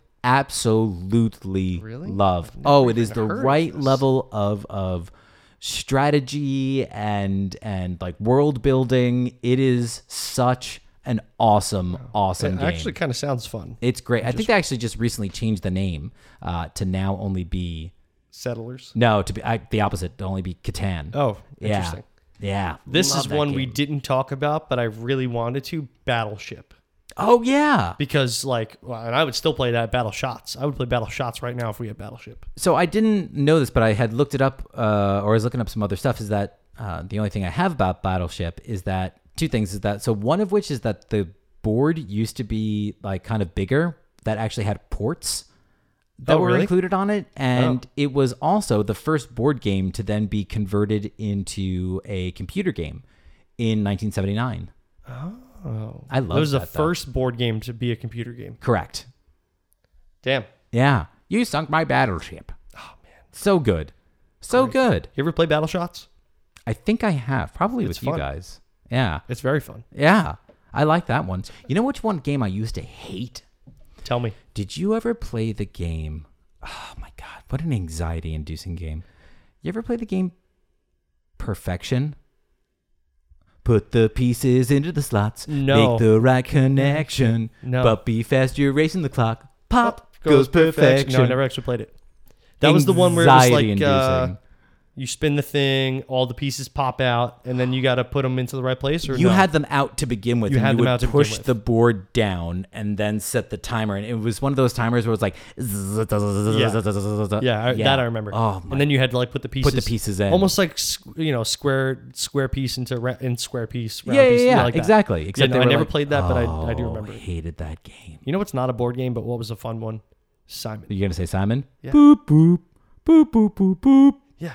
B: absolutely
A: Really?
B: love.
A: I've
B: Oh,
A: never
B: it is the
A: even heard of
B: right
A: this.
B: level of of strategy and and like world building. It is such an awesome, awesome
A: it
B: game.
A: actually kind of sounds fun.
B: it's great. I think they actually just recently changed the name uh, to now only be
A: Settlers.
B: no to be I, the opposite to only be Catan.
A: Oh,
B: yeah,
A: interesting.
B: yeah.
A: This
B: Love
A: is
B: that
A: one we
B: game.
A: didn't talk about, but I really wanted to. Battleship.
B: Oh yeah.
A: Because, like, well, and I would still play that Battle Shots. I would play Battle Shots right now if we had Battleship.
B: so I didn't know this, but I had looked it up, uh, or I was looking up some other stuff. Is that uh, the only thing I have about Battleship? Is that two things? Is that so? One of which is that the board used to be like kind of bigger, that actually had ports that
A: Oh,
B: were
A: really? Oh.
B: included on it, and it was also the first board game to then be converted into a computer game in 1979.
A: Oh.
B: I love
A: It was the
B: that, though.
A: first board game to be a computer game.
B: Correct.
A: Damn.
B: Yeah, you sunk my battleship. Oh man, so good, so good.
A: You ever play Battle Shots?
B: I think I have, probably with you
A: fun.
B: guys. Yeah.
A: It's very fun.
B: Yeah. I like that one. You know which one game I used to hate?
A: Tell me.
B: Did you ever play the game? Oh my god, what an anxiety inducing game. You ever play the game Perfection? Put the pieces into the slots.
A: No.
B: Make the right connection.
A: No.
B: But be fast, you're racing the clock. Pop
A: goes
B: goes,
A: perfection.
B: perfection.
A: No, I never actually played it. That was the one where it was like
B: Anxiety-inducing.
A: uh, you spin the thing, all the pieces pop out, and then you got to put them into the right place. Or
B: you
A: no?
B: had them out to begin with.
A: You
B: and
A: had
B: you
A: them
B: would
A: out to begin
B: push
A: with.
B: the board down and then set the timer, and it was one of those timers where it was like,
A: yeah, I, that I remember.
B: Oh, my.
A: and then you had to like put the pieces,
B: Put the pieces in.
A: almost like s- you know square square piece into ra- in square piece. Round
B: yeah, yeah,
A: piece, you know,
B: yeah,
A: like that.
B: exactly. Except
A: no,
B: they
A: I
B: were
A: never
B: like,
A: played that, but I- I do
B: "Oh,
A: remember it."
B: Hated that game.
A: You know what's not a board game, but what was a fun one? Simon.
B: You're gonna say Simon? Boop boop boop boop boop boop.
A: Yeah,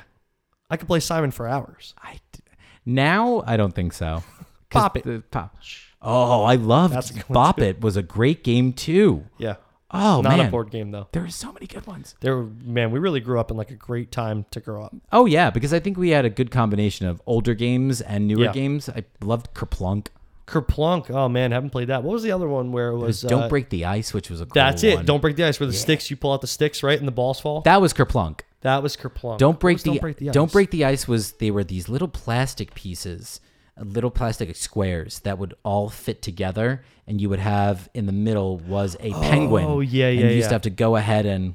A: I could play Simon for hours.
B: I d- now I don't think so. 'Cause
A: Pop it.
B: the pop. Oh, I loved
A: That's a good one,
B: Bop
A: too.
B: It was a great game too.
A: Yeah,
B: Oh
A: not
B: man,
A: a board game though.
B: there are so many good ones.
A: There, were- man, we really grew up in like a great time to grow up.
B: Oh yeah, because I think we had a good combination of older games and newer
A: Yeah.
B: games. I loved Kerplunk.
A: Kerplunk. Oh man, haven't played that. What was the other one where it was?
B: Don't
A: uh,
B: break the ice, which was a cool
A: That's it.
B: one.
A: Don't break the ice. Where the sticks, you pull out the sticks, right, and the balls fall. That,
B: That was Kerplunk.
A: was Kerplunk.
B: Don't break
A: What was
B: the
A: don't break the ice.
B: don't break the ice was they were these little plastic pieces, uh, little plastic squares that would all fit together, and you would have in the middle was a penguin.
A: Oh, yeah,
B: And
A: yeah,
B: you used
A: yeah.
B: to have to go ahead and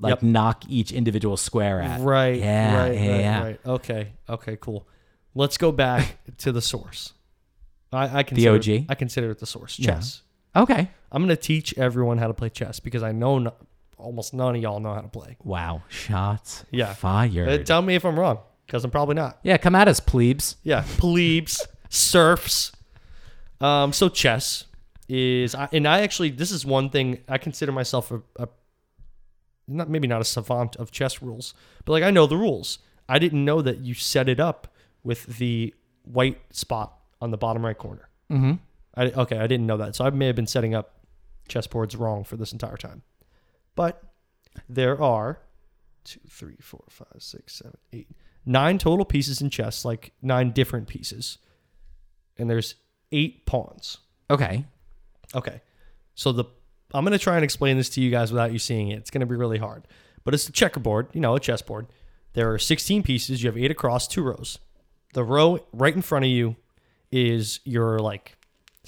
B: like
A: Yep.
B: knock each individual square at.
A: Right.
B: Yeah.
A: Right.
B: yeah.
A: right,
B: yeah.
A: right. Okay. Okay. Cool. Let's go
B: [laughs]
A: back to the source. I, I
B: The
A: consider
B: OG?
A: I consider it the source. Chess.
B: Okay.
A: I'm gonna teach everyone how to play chess because I know no, almost none of y'all know how to play.
B: Wow. Shots.
A: Yeah.
B: Fired.
A: Uh, tell me if I'm wrong because I'm probably not.
B: yeah. Come at us, plebes.
A: Yeah, plebes, [laughs] serfs. Um, so chess is, I- and I actually, this is one thing I consider myself a, a not maybe not a savant of chess rules, but like I know the rules. I didn't know that you set it up with the white spot on the bottom right corner.
B: Mm-hmm.
A: I, okay, I didn't know that, so I may have been setting up chessboards wrong for this entire time. But there are two, three, four, five, six, seven, eight, nine total pieces in chess, like nine different pieces, and there's eight pawns.
B: Okay.
A: Okay, so the I'm gonna try and explain this to you guys without you seeing it. It's gonna be really hard, but it's a checkerboard, you know, a chessboard. There are 16 pieces. You have eight across, two rows. The row right in front of you is your like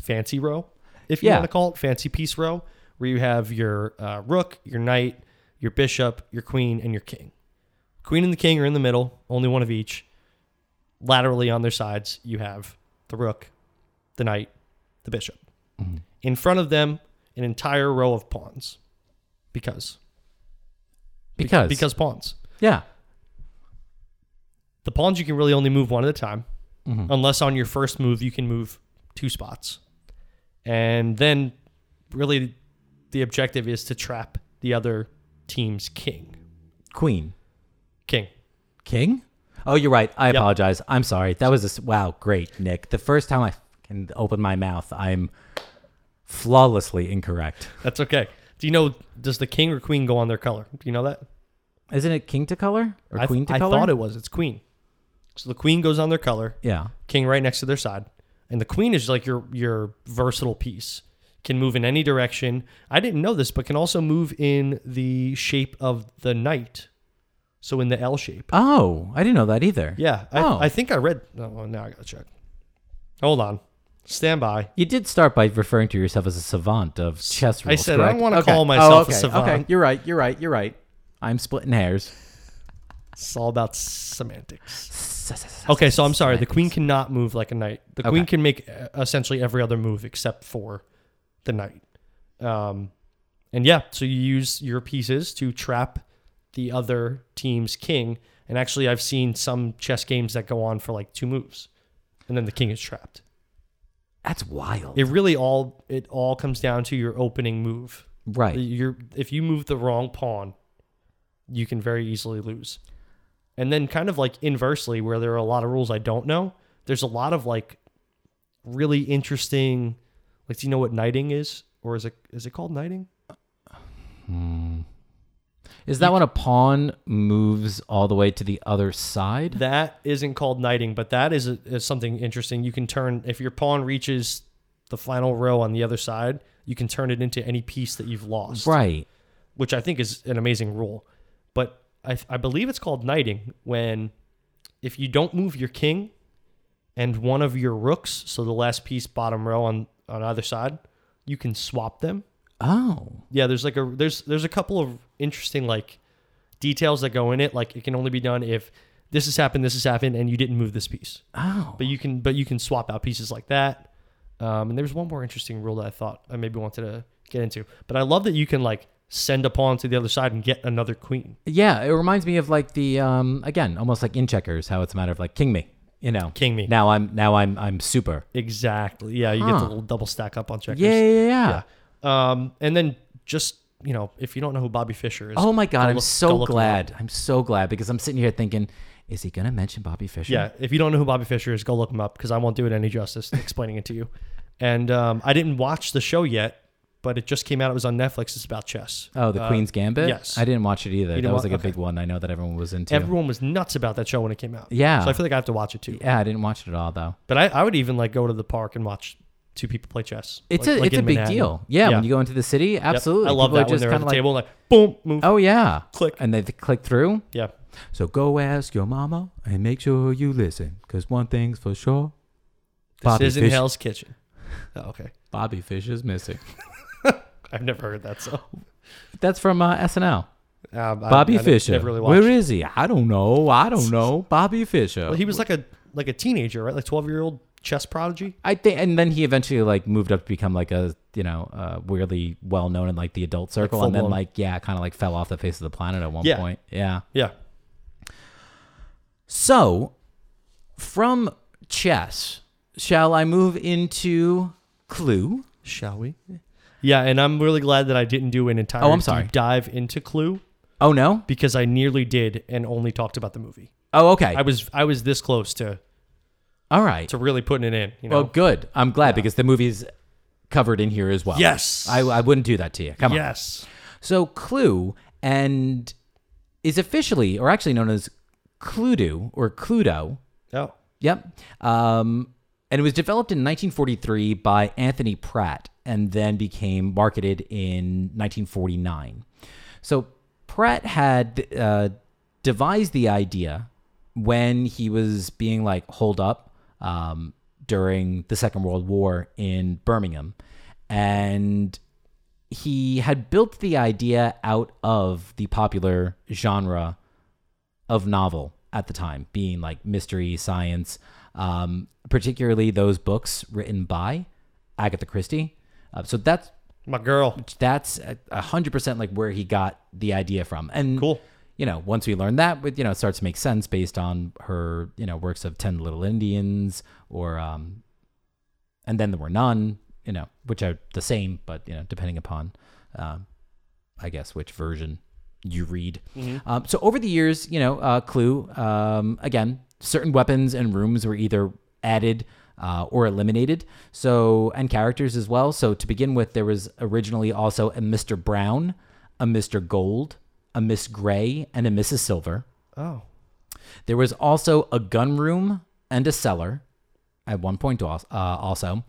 A: fancy row, if you
B: Yeah.
A: want to call it fancy piece row, where you have your uh, rook, your knight, your bishop, your queen, and your king. Queen and the king are in the middle, only one of each. Laterally on their sides, you have the rook, the knight, the bishop.
B: Mm-hmm.
A: In front of them, an entire row of pawns. Because
B: because
A: because pawns.
B: yeah
A: The pawns you can really only move one at a time,
B: Mm-hmm.
A: unless on your first move you can move two spots. And then, really, the objective is to trap the other team's king.
B: queen
A: King.
B: king. Oh, you're right. I apologize. I'm sorry. That was a s- wow. Great, Nick. The first time I can open my mouth, I'm flawlessly incorrect.
A: That's okay. Do you know, does the king or queen go on their color? Do you know that?
B: Isn't it king to color or
A: I,
B: queen to
A: I
B: color?
A: thought it was. It's queen. So the queen goes on their color,
B: yeah.
A: king right next to their side. And the queen is like your your versatile piece. Can move in any direction. I didn't know this, but can also move in the shape of the knight. So in the L shape.
B: Oh, I didn't know that either.
A: Yeah. I,
B: Oh.
A: I think I read no now I gotta check. Hold on. Stand by.
B: You did start by referring to yourself as a savant of chess
A: I
B: rules.
A: said I don't
B: correct?
A: wanna
B: Okay. Oh,
A: call myself a
B: okay,
A: savant.
B: Okay, you're right. You're right. You're right. I'm splitting hairs.
A: It's all about semantics. Okay, so I'm sorry. The queen cannot move like a knight. The queen
B: Okay.
A: can make uh, essentially every other move except for the knight. Um, and yeah, so you use your pieces to trap the other team's king. And actually, I've seen some chess games that go on for like two moves, and then the king is trapped.
B: That's wild.
A: It really all it all comes down to your opening move.
B: right.
A: You're if you move the wrong pawn, you can very easily lose. And then kind of like inversely, where there are a lot of rules I don't know, there's a lot of like really interesting like do you know what knighting is? Or is it is it called knighting?
B: Is that when a pawn moves all the way to the other side?
A: That isn't called knighting, but that is, is something interesting. You can turn if your pawn reaches the final row on the other side, you can turn it into any piece that you've lost.
B: right.
A: which I think is an amazing rule. But I, I believe it's called knighting when if you don't move your king and one of your rooks, so the last piece bottom row on on either side, you can swap them.
B: Oh.
A: Yeah, there's like a there's there's a couple of interesting like details that go in it. Like it can only be done if this has happened, this has happened, and you didn't move this piece.
B: Oh.
A: But you can but you can swap out pieces like that. Um, and there's one more interesting rule that I thought I maybe wanted to get into. But I love that you can like send a pawn to the other side and get another queen.
B: Yeah, it reminds me of like the um again, almost like in checkers, how it's a matter of like king me, you know.
A: King me.
B: Now I'm now I'm I'm super.
A: Exactly. Yeah, you get
B: Huh.
A: the little double stack up on checkers.
B: Yeah, yeah, yeah.
A: Um, and then just you know, if you don't know who Bobby Fischer is,
B: Oh my god,
A: go
B: I'm
A: look- go
B: so
A: look him up.
B: glad. I'm so glad because I'm sitting here thinking, is he gonna mention Bobby Fischer?
A: Yeah, if you don't know who Bobby Fischer is, go look him up because I won't do it any justice [laughs] explaining it to you. And um, I didn't watch the show yet, but it just came out. It was on Netflix. It's about chess. Uh,
B: Oh, the Queen's Gambit.
A: yes.
B: I didn't watch it either. That
A: didn't
B: was
A: wa-
B: like a
A: okay.
B: big one. I know that everyone was into.
A: Everyone was nuts about that show when it came out.
B: Yeah.
A: So I feel like I have to watch it too.
B: yeah, I didn't watch it at all though.
A: But I, I would even like go to the park and watch two people play chess.
B: It's
A: like-
B: a
A: like
B: it's a
A: in
B: big
A: Manhattan.
B: deal. Yeah,
A: Yeah.
B: when you go into the city,
A: Yep.
B: absolutely.
A: I love
B: People are
A: that when they're at the
B: kinda
A: table, like boom, move.
B: Oh yeah.
A: Click.
B: And they click through.
A: Yeah.
B: So go ask your mama and make sure you listen, because one thing's for sure.
A: This
B: Bobby
A: isn't
B: Fischer-
A: Hell's Kitchen. Oh, okay.
B: Bobby Fish is missing.
A: I've never heard that song.
B: That's from uh, SNL.
A: Um, I-
B: Bobby
A: I
B: Fisher.
A: Never really watched.
B: Where is he? I don't know.
A: [laughs]
B: I don't know. Bobby Fisher.
A: Well, he was like a like a teenager, right? Like twelve year old chess prodigy.
B: I think, and then he eventually like moved up to become like a you know uh, weirdly well known in like the adult circle, and then
A: full-blown.
B: like yeah, kind of like fell off the face of the planet at one
A: Yeah.
B: point. Yeah.
A: Yeah.
B: So, from chess, shall I move into Clue?
A: Shall we? Yeah, and I'm really glad that I didn't do an entire
B: Oh, I'm sorry.
A: deep dive into Clue
B: Oh no.
A: because I nearly did and only talked about the movie.
B: Oh okay.
A: I was I was this close to
B: All right.
A: to really putting it in. You know,
B: Well, good. I'm glad because the movie's covered in here as well.
A: Yes.
B: I, I wouldn't do that to you. Come on.
A: yes,
B: So Clue and is officially or actually known as Cluedo or Cluedo.
A: oh,
B: Yep. Um, and it was developed in 1943 by Anthony Pratt and then became marketed in 1949. So Pratt had uh, devised the idea when he was being like holed up um, during the Second World War in Birmingham, and he had built the idea out of the popular genre of novel at the time, being like mystery, science, um, particularly those books written by Agatha Christie. Uh, so that's
A: My girl.
B: that's a a hundred percent like where he got the idea from. And
A: Cool.
B: you know, once we learn that, with you know, it starts to make sense based on her, you know, works of Ten Little Indians or um, and then there were none, you know, which are the same, but you know, depending upon, um, I guess which version you read. Um, so over the years, you know, uh, Clue um, again, certain weapons and rooms were either added. Uh, or eliminated. So, and characters as well. So, to begin with, there was originally also a Mr. Brown, a Mr. Gold, a Miss Gray, and a Mrs. Silver.
A: Oh.
B: There was also a gun room and a cellar at one point, al- uh, also.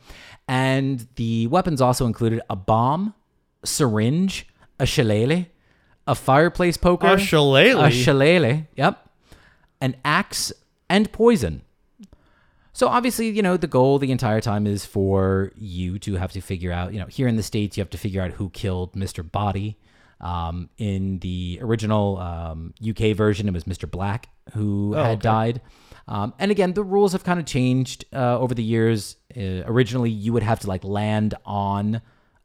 B: And the weapons also included a bomb, syringe, a shillelagh, a fireplace poker,
A: A shillelagh?
B: a shillelagh, yep, an axe, and poison. So obviously, you know, the goal the entire time is for you to have to figure out, you know, here in the States, you have to figure out who killed Mr. Body. Um, in the original um, UK version, it was Mr. Black who had died. Um, and again, the rules have kind of changed uh, over the years. Uh, originally, you would have to like land on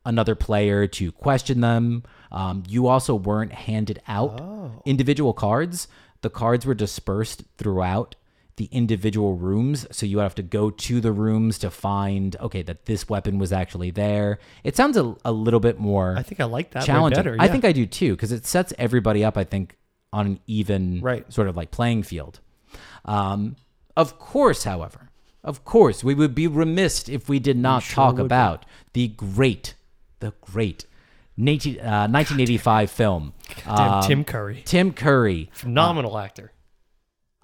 B: another player to question them. Um, you also weren't handed out individual cards. The cards were dispersed throughout the individual rooms. So you would have to go to the rooms to find, okay, that this weapon was actually there. It sounds a, a little bit more
A: I think I like that way
B: challenging.
A: better.
B: I
A: yeah.
B: think I do too, because it sets everybody up, I think, on an even
A: Right.
B: sort of like playing field. Um, of course, however, of course, we would be remiss if we did not talk about the great, the great 19, uh, 1985 film.
A: Damn,
B: um,
A: Tim Curry.
B: Tim Curry, Uh,
A: Phenomenal actor.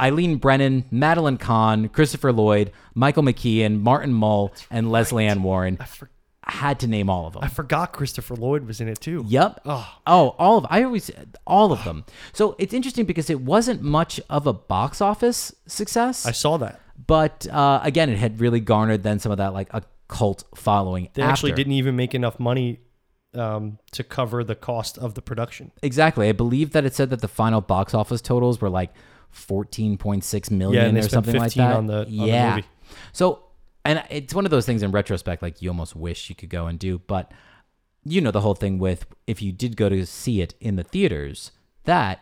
B: Eileen Brennan, Madeline Kahn, Christopher Lloyd, Michael McKean, Martin Mull, and Leslie Ann Warren. I
A: for-
B: had to name all of them.
A: I forgot Christopher Lloyd was in it too.
B: Yep.
A: Oh.
B: all of I always all of them. So it's interesting because it wasn't much of a box office success,
A: I saw that.
B: but uh, again, it had really garnered then some of that like a cult following.
A: They actually
B: after.
A: didn't even make enough money um, to cover the cost of the production.
B: exactly. I believe that it said that the final box office totals were like fourteen point six million
A: Yeah, and they
B: or
A: spent
B: something like
A: 15
B: that.
A: on the- on the
B: yeah.
A: movie.
B: So, and it's one of those things in retrospect, like you almost wish you could go and do, but you know the whole thing with if you did go to see it in the theaters, that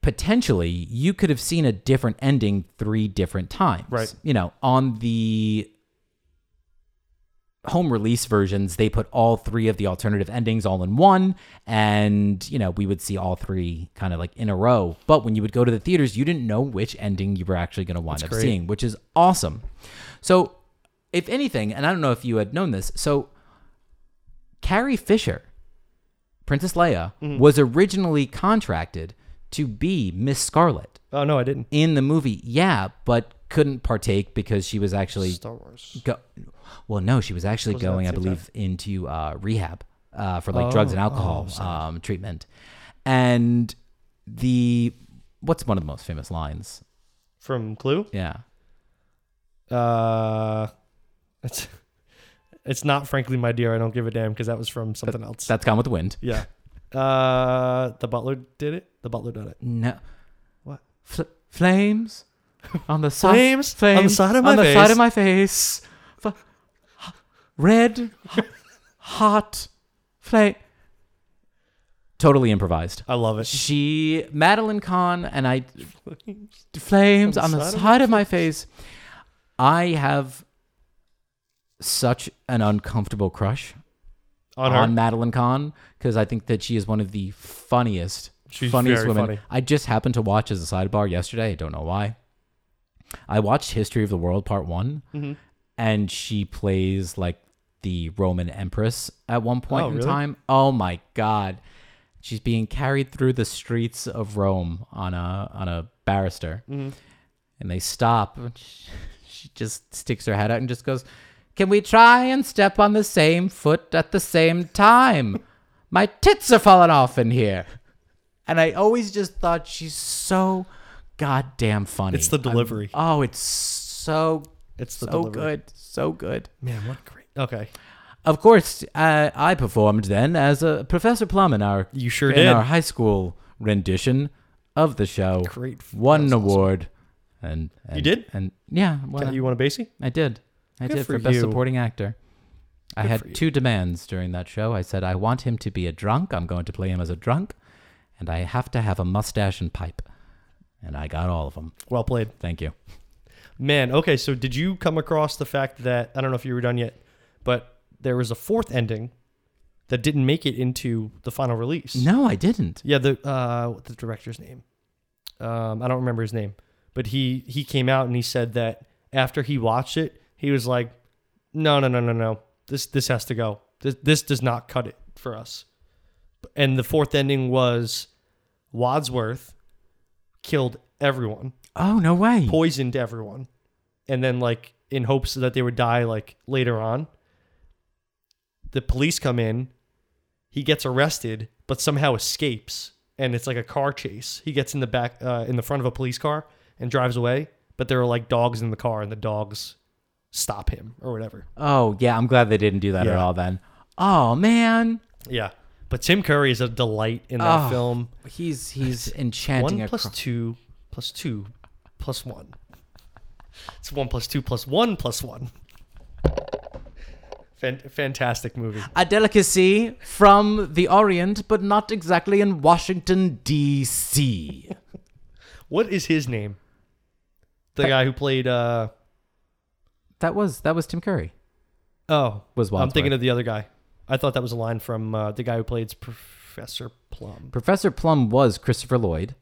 B: potentially you could have seen a different ending three different times.
A: Right.
B: You know, on the home release versions, they put all three of the alternative endings all in one. And, you know, we would see all three kind of like in a row. But when you would go to the theaters, you didn't know which ending you were actually going to wind up
A: great.
B: seeing, which is awesome. So, if anything, and I don't know if you had known this, so Carrie Fisher, Princess Leia, was originally contracted to be Miss Scarlet
A: Oh no, I didn't.
B: in the movie. Yeah, but couldn't partake because she was actually
A: Star Wars.
B: go- well, no, she was actually
A: that
B: going, I
A: same time? Oh,
B: believe, into uh, rehab uh, for like drugs and alcohol um, treatment. And the what's one of the most famous lines?
A: From Clue.
B: Yeah.
A: Uh, it's it's not frankly my dear. I don't give a damn because that was from something else.
B: That's Gone with the Wind. [laughs]
A: yeah. Uh, the butler did it. The butler done it.
B: No.
A: What?
B: Fl- flames on the side.
A: Flames on the side of my
B: on the
A: face.
B: side of my face. F-
A: [laughs]
B: red, h- hot, flame. Totally improvised.
A: I love it.
B: She Madeline Kahn and I flames on the side, of my face. I have such an uncomfortable crush
A: On her.
B: on Madeline Kahn because I think that she is one of the funniest,
A: She's
B: funniest
A: very
B: women.
A: funny.
B: I just happened to watch as a sidebar yesterday. I don't know why. I watched History of the World Part One,
A: Mm-hmm.
B: and she plays like the Roman Empress at one point
A: Oh,
B: in
A: really?
B: time. Oh my god, she's being carried through the streets of Rome on a on a barrister,
A: Mm-hmm.
B: and they stop. and she- She just sticks her head out and just goes, "Can we try and step on the same foot at the same time? My tits are falling off in here." And I always just thought she's so goddamn funny.
A: It's the
B: I'm-
A: delivery.
B: oh, it's so
A: It's the
B: so
A: delivery.
B: good, so good.
A: Man, what great. Okay,
B: Of course, uh, I performed then as a Professor Plum in our
A: you sure
B: in
A: did.
B: our high school rendition of the show.
A: Great.
B: Won an
A: That's awesome.
B: award, and, and
A: did?
B: and yeah, well,
A: You want a Basie?
B: I did. I
A: Good
B: did
A: for
B: for, best
A: you.
B: supporting actor. I
A: Good for you.
B: had two demands during that show. I said I want him to be a drunk. I'm going to play him as a drunk, and I have to have a mustache and pipe. And I got all of them.
A: Well played.
B: Thank you.
A: Man, okay, so did you come across the fact that I don't know if you were done yet, but there was a fourth ending that didn't make it into the final release.
B: No, I didn't.
A: Yeah, the uh what's the director's name? Um I don't remember his name, but he he came out and he said that after he watched it, he was like, "No, no, no, no, no. This this has to go. This this does not cut it for us." And the fourth ending was Wadsworth killed everyone
B: Oh no way.
A: poisoned everyone and then like in hopes that they would die like later on the police come in he gets arrested but somehow escapes and it's like a car chase he gets in the back uh, in the front of a police car and drives away but there are like dogs in the car and the dogs stop him or whatever
B: Oh yeah, I'm glad they didn't do that at
A: Yeah.
B: all. Then. Oh man,
A: yeah but tim curry is a delight in that
B: Oh,
A: film
B: he's he's [laughs] enchanting.
A: one plus
B: acro-
A: two plus two plus one it's one plus two plus one plus one Fan- fantastic movie
B: a delicacy from the Orient, but not exactly in Washington
A: [laughs]
B: D.C.
A: what is his name the guy who played uh
B: that was that was Tim Curry.
A: oh
B: Was
A: i'm thinking
B: Wadsworth.
A: of the other guy i thought that was a line from uh, the guy who played professor plum
B: Professor Plum was Christopher Lloyd.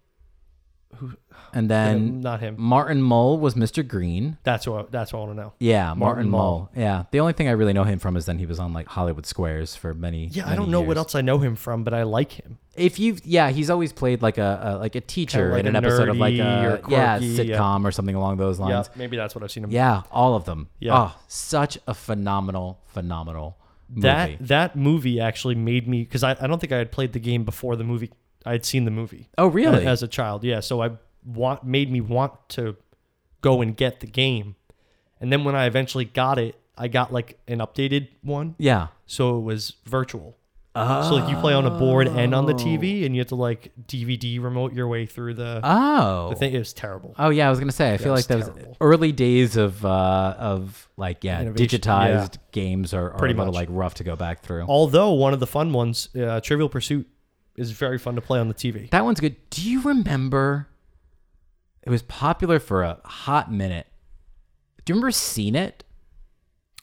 B: And
A: No,
B: then
A: Um, not him
B: Martin Mull was Mr. Green.
A: that's what that's what i want to know
B: Yeah, Martin,
A: Martin
B: Mull. Yeah. The only thing I really know him from is then he was on like Hollywood Squares for many
A: yeah i
B: many
A: don't know what
B: years.
A: else i know him from but i like him
B: If you yeah, he's always played like a, a like a teacher
A: like
B: in
A: a
B: an episode of like
A: nerdy
B: a
A: or
B: yeah,
A: quirky, yeah.
B: sitcom or something along those
A: yeah
B: lines.
A: maybe that's what i've seen him
B: Yeah, all of them.
A: Yeah.
B: Oh, such a phenomenal phenomenal movie.
A: that that movie actually made me because I, I don't think I had played the game before the movie. I had seen the movie. uh,
B: Oh, really?
A: As a child, yeah. So I want made me want to go and get the game, and then when I eventually got it, I got like an updated one,
B: yeah.
A: so it was virtual. So like you play on a board and
B: Oh.
A: on the TV, and you have to like DVD remote your way through the.
B: Oh.
A: I think it was terrible.
B: Oh yeah, I was gonna say. I feel like
A: it's
B: that was
A: terrible.
B: early days of uh, of like yeah,
A: Innovation,
B: digitized games are, are
A: Pretty
B: a little
A: much.
B: like rough to go back through.
A: Although one of the fun ones, uh, Trivial Pursuit, is very fun to play on the TV.
B: That one's good. Do you remember? It was popular for a hot minute. Do you remember seeing it?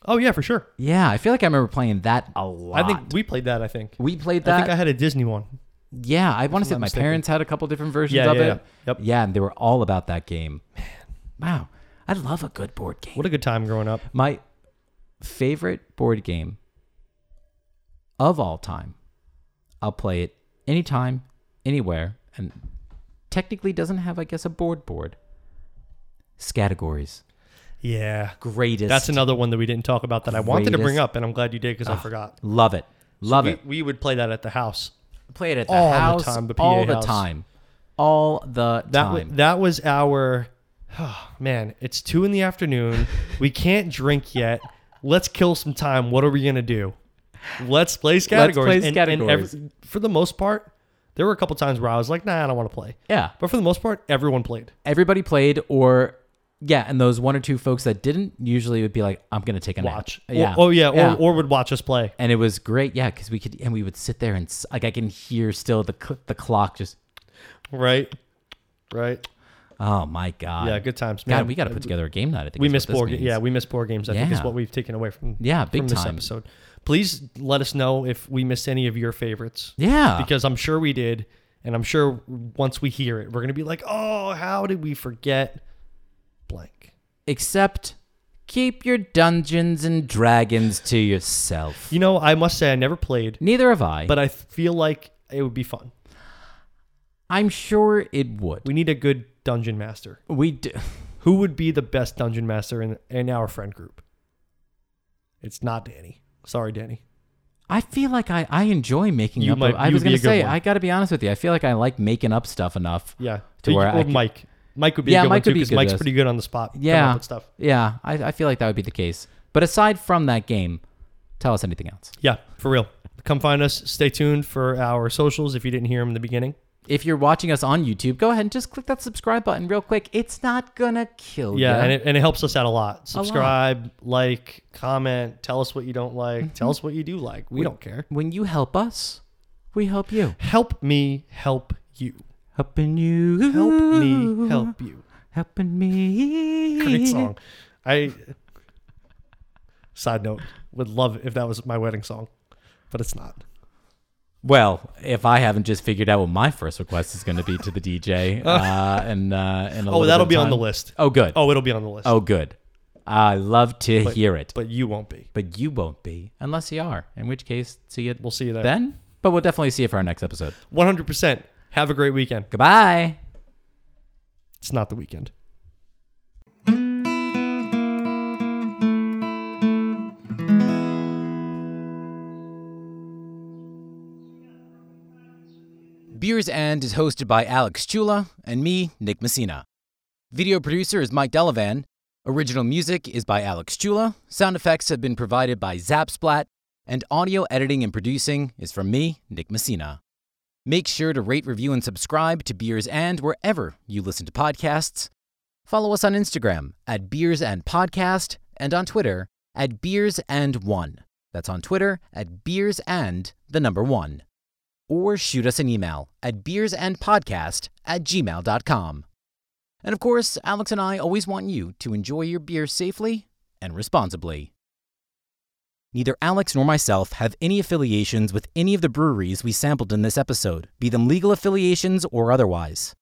A: Oh yeah, for sure.
B: Yeah, I feel like I remember playing that a lot.
A: I think we played that. I think.
B: we played
A: I
B: that.
A: think I had a Disney one.
B: yeah, I want to say
A: not
B: my
A: mistaken.
B: parents had a couple different versions
A: Yeah,
B: of
A: yeah,
B: it.
A: yeah. Yep.
B: Yeah, and they were all about that game. Man, wow, I love a good board game.
A: What a good time growing up.
B: My favorite board game of all time. I'll play it anytime, anywhere, and technically doesn't have, I guess, a board board. Scategories.
A: Yeah.
B: Greatest.
A: That's another one that we didn't talk about that I wanted to bring
B: Greatest.
A: up, and I'm glad you did because I forgot.
B: Love it. Love
A: we,
B: it.
A: We would play that at the house.
B: Play it at the
A: all the
B: house
A: time, the PA
B: all
A: house.
B: the time. All the
A: That
B: time.
A: wa- that was our. [sighs] man, it's two in the
B: [laughs]
A: afternoon. we can't drink yet. Let's kill some time. What are we gonna do? Let's play categories.
B: play
A: And- and every-
B: categories.
A: for the most part, there were a couple times where I was like, "Nah, I don't want to play."
B: yeah.
A: But for the most part, everyone played.
B: Everybody played or yeah, and those one or two folks that didn't usually would be like, I'm gonna take a nap."
A: Watch. Or-
B: Yeah.
A: oh yeah, Or, or would watch us play.
B: and it was great yeah because we could and we would sit there and s- like i can hear still the cl- the clock just
A: Right. Right.
B: oh my god
A: Yeah. Good times.
B: god
A: Man, Uh,
B: we got to put together a game night i think
A: we
B: is what
A: miss
B: this
A: board. ga-
B: means.
A: Yeah, we miss board games. I think is
B: Yeah.
A: what we've taken away from
B: Yeah, big
A: from this
B: time.
A: episode. Please let us know if we missed any of your favorites.
B: yeah
A: because I'm sure we did, and I'm sure once we hear it, we're gonna be like, oh, how did we forget blank?
B: except keep your dungeons and dragons to yourself
A: You know, I must say I never played,
B: neither have i
A: but I feel like it would be fun.
B: i'm sure it would
A: We need a good dungeon master.
B: we do
A: Who would be the best dungeon master in in our friend group? It's not Danny. Sorry, Danny.
B: [sighs] I feel like I, I enjoy making
A: You
B: up.
A: might-
B: I
A: you
B: was
A: would be a
B: gonna
A: good
B: say
A: one.
B: I got to be honest with you. I feel like I like making up stuff enough.
A: Yeah.
B: To where I
A: or
B: can-
A: Mike. Mike would be
B: Yeah,
A: a good
B: Mike
A: one
B: would
A: too
B: be
A: because
B: good at
A: Mike's
B: this.
A: pretty good on the spot. coming
B: Yeah.
A: Up with stuff.
B: Yeah, I, I feel like that would be the case. But aside from that game, tell us anything else.
A: Yeah, for real. Come find us. Stay tuned for our socials if you didn't hear them in the beginning.
B: If you're watching us on YouTube, go ahead and just click that subscribe button real quick. It's not gonna kill
A: Yeah,
B: you.
A: and it, and it helps us out a lot. Subscribe, like, comment, tell us what you don't like, tell us what you do like. We, don't care.
B: when you help us, we help you.
A: Help me help you.
B: Helping you.
A: Help me help you.
B: Helping me. [laughs]
A: Great song. I side note would love if that was my wedding song, but it's not.
B: Well, if I haven't just figured out what my first request is going to be to the [laughs] DJ, uh, and uh, in a little
A: Oh, that'll
B: bit of
A: be on
B: time.
A: the list.
B: Oh, good. Oh,
A: Oh, it'll be on the list.
B: good. I love to hear it, but,
A: but you won't be.
B: you won't be unless you are. In which case, see it
A: We'll see you there.
B: then. But we'll definitely see you for our next episode.
A: 100%. Have a great weekend.
B: Goodbye.
A: It's not the weekend.
B: Beers and is hosted by Alex Chula and me, Nick Messina. Video producer is Mike Delavan. Original music is by Alex Chula. Sound effects have been provided by Zapsplat. And audio editing and producing is from me, Nick Messina. Make sure to rate, review, and subscribe to Beers and wherever you listen to podcasts. Follow us on Instagram at Beers and Podcast and on Twitter at Beers and One. That's on Twitter at Beers and the number one or shoot us an email at beersandpodcast at gmail.com. And of course, Alex and I always want you to enjoy your beer safely and responsibly. Neither Alex nor myself have any affiliations with any of the breweries we sampled in this episode, be them legal affiliations or otherwise.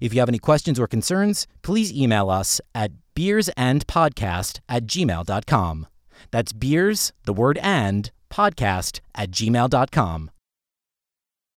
B: If you have any questions or concerns, please email us at beersandpodcast at gmail.com. That's beers, the word and, podcast at gmail.com.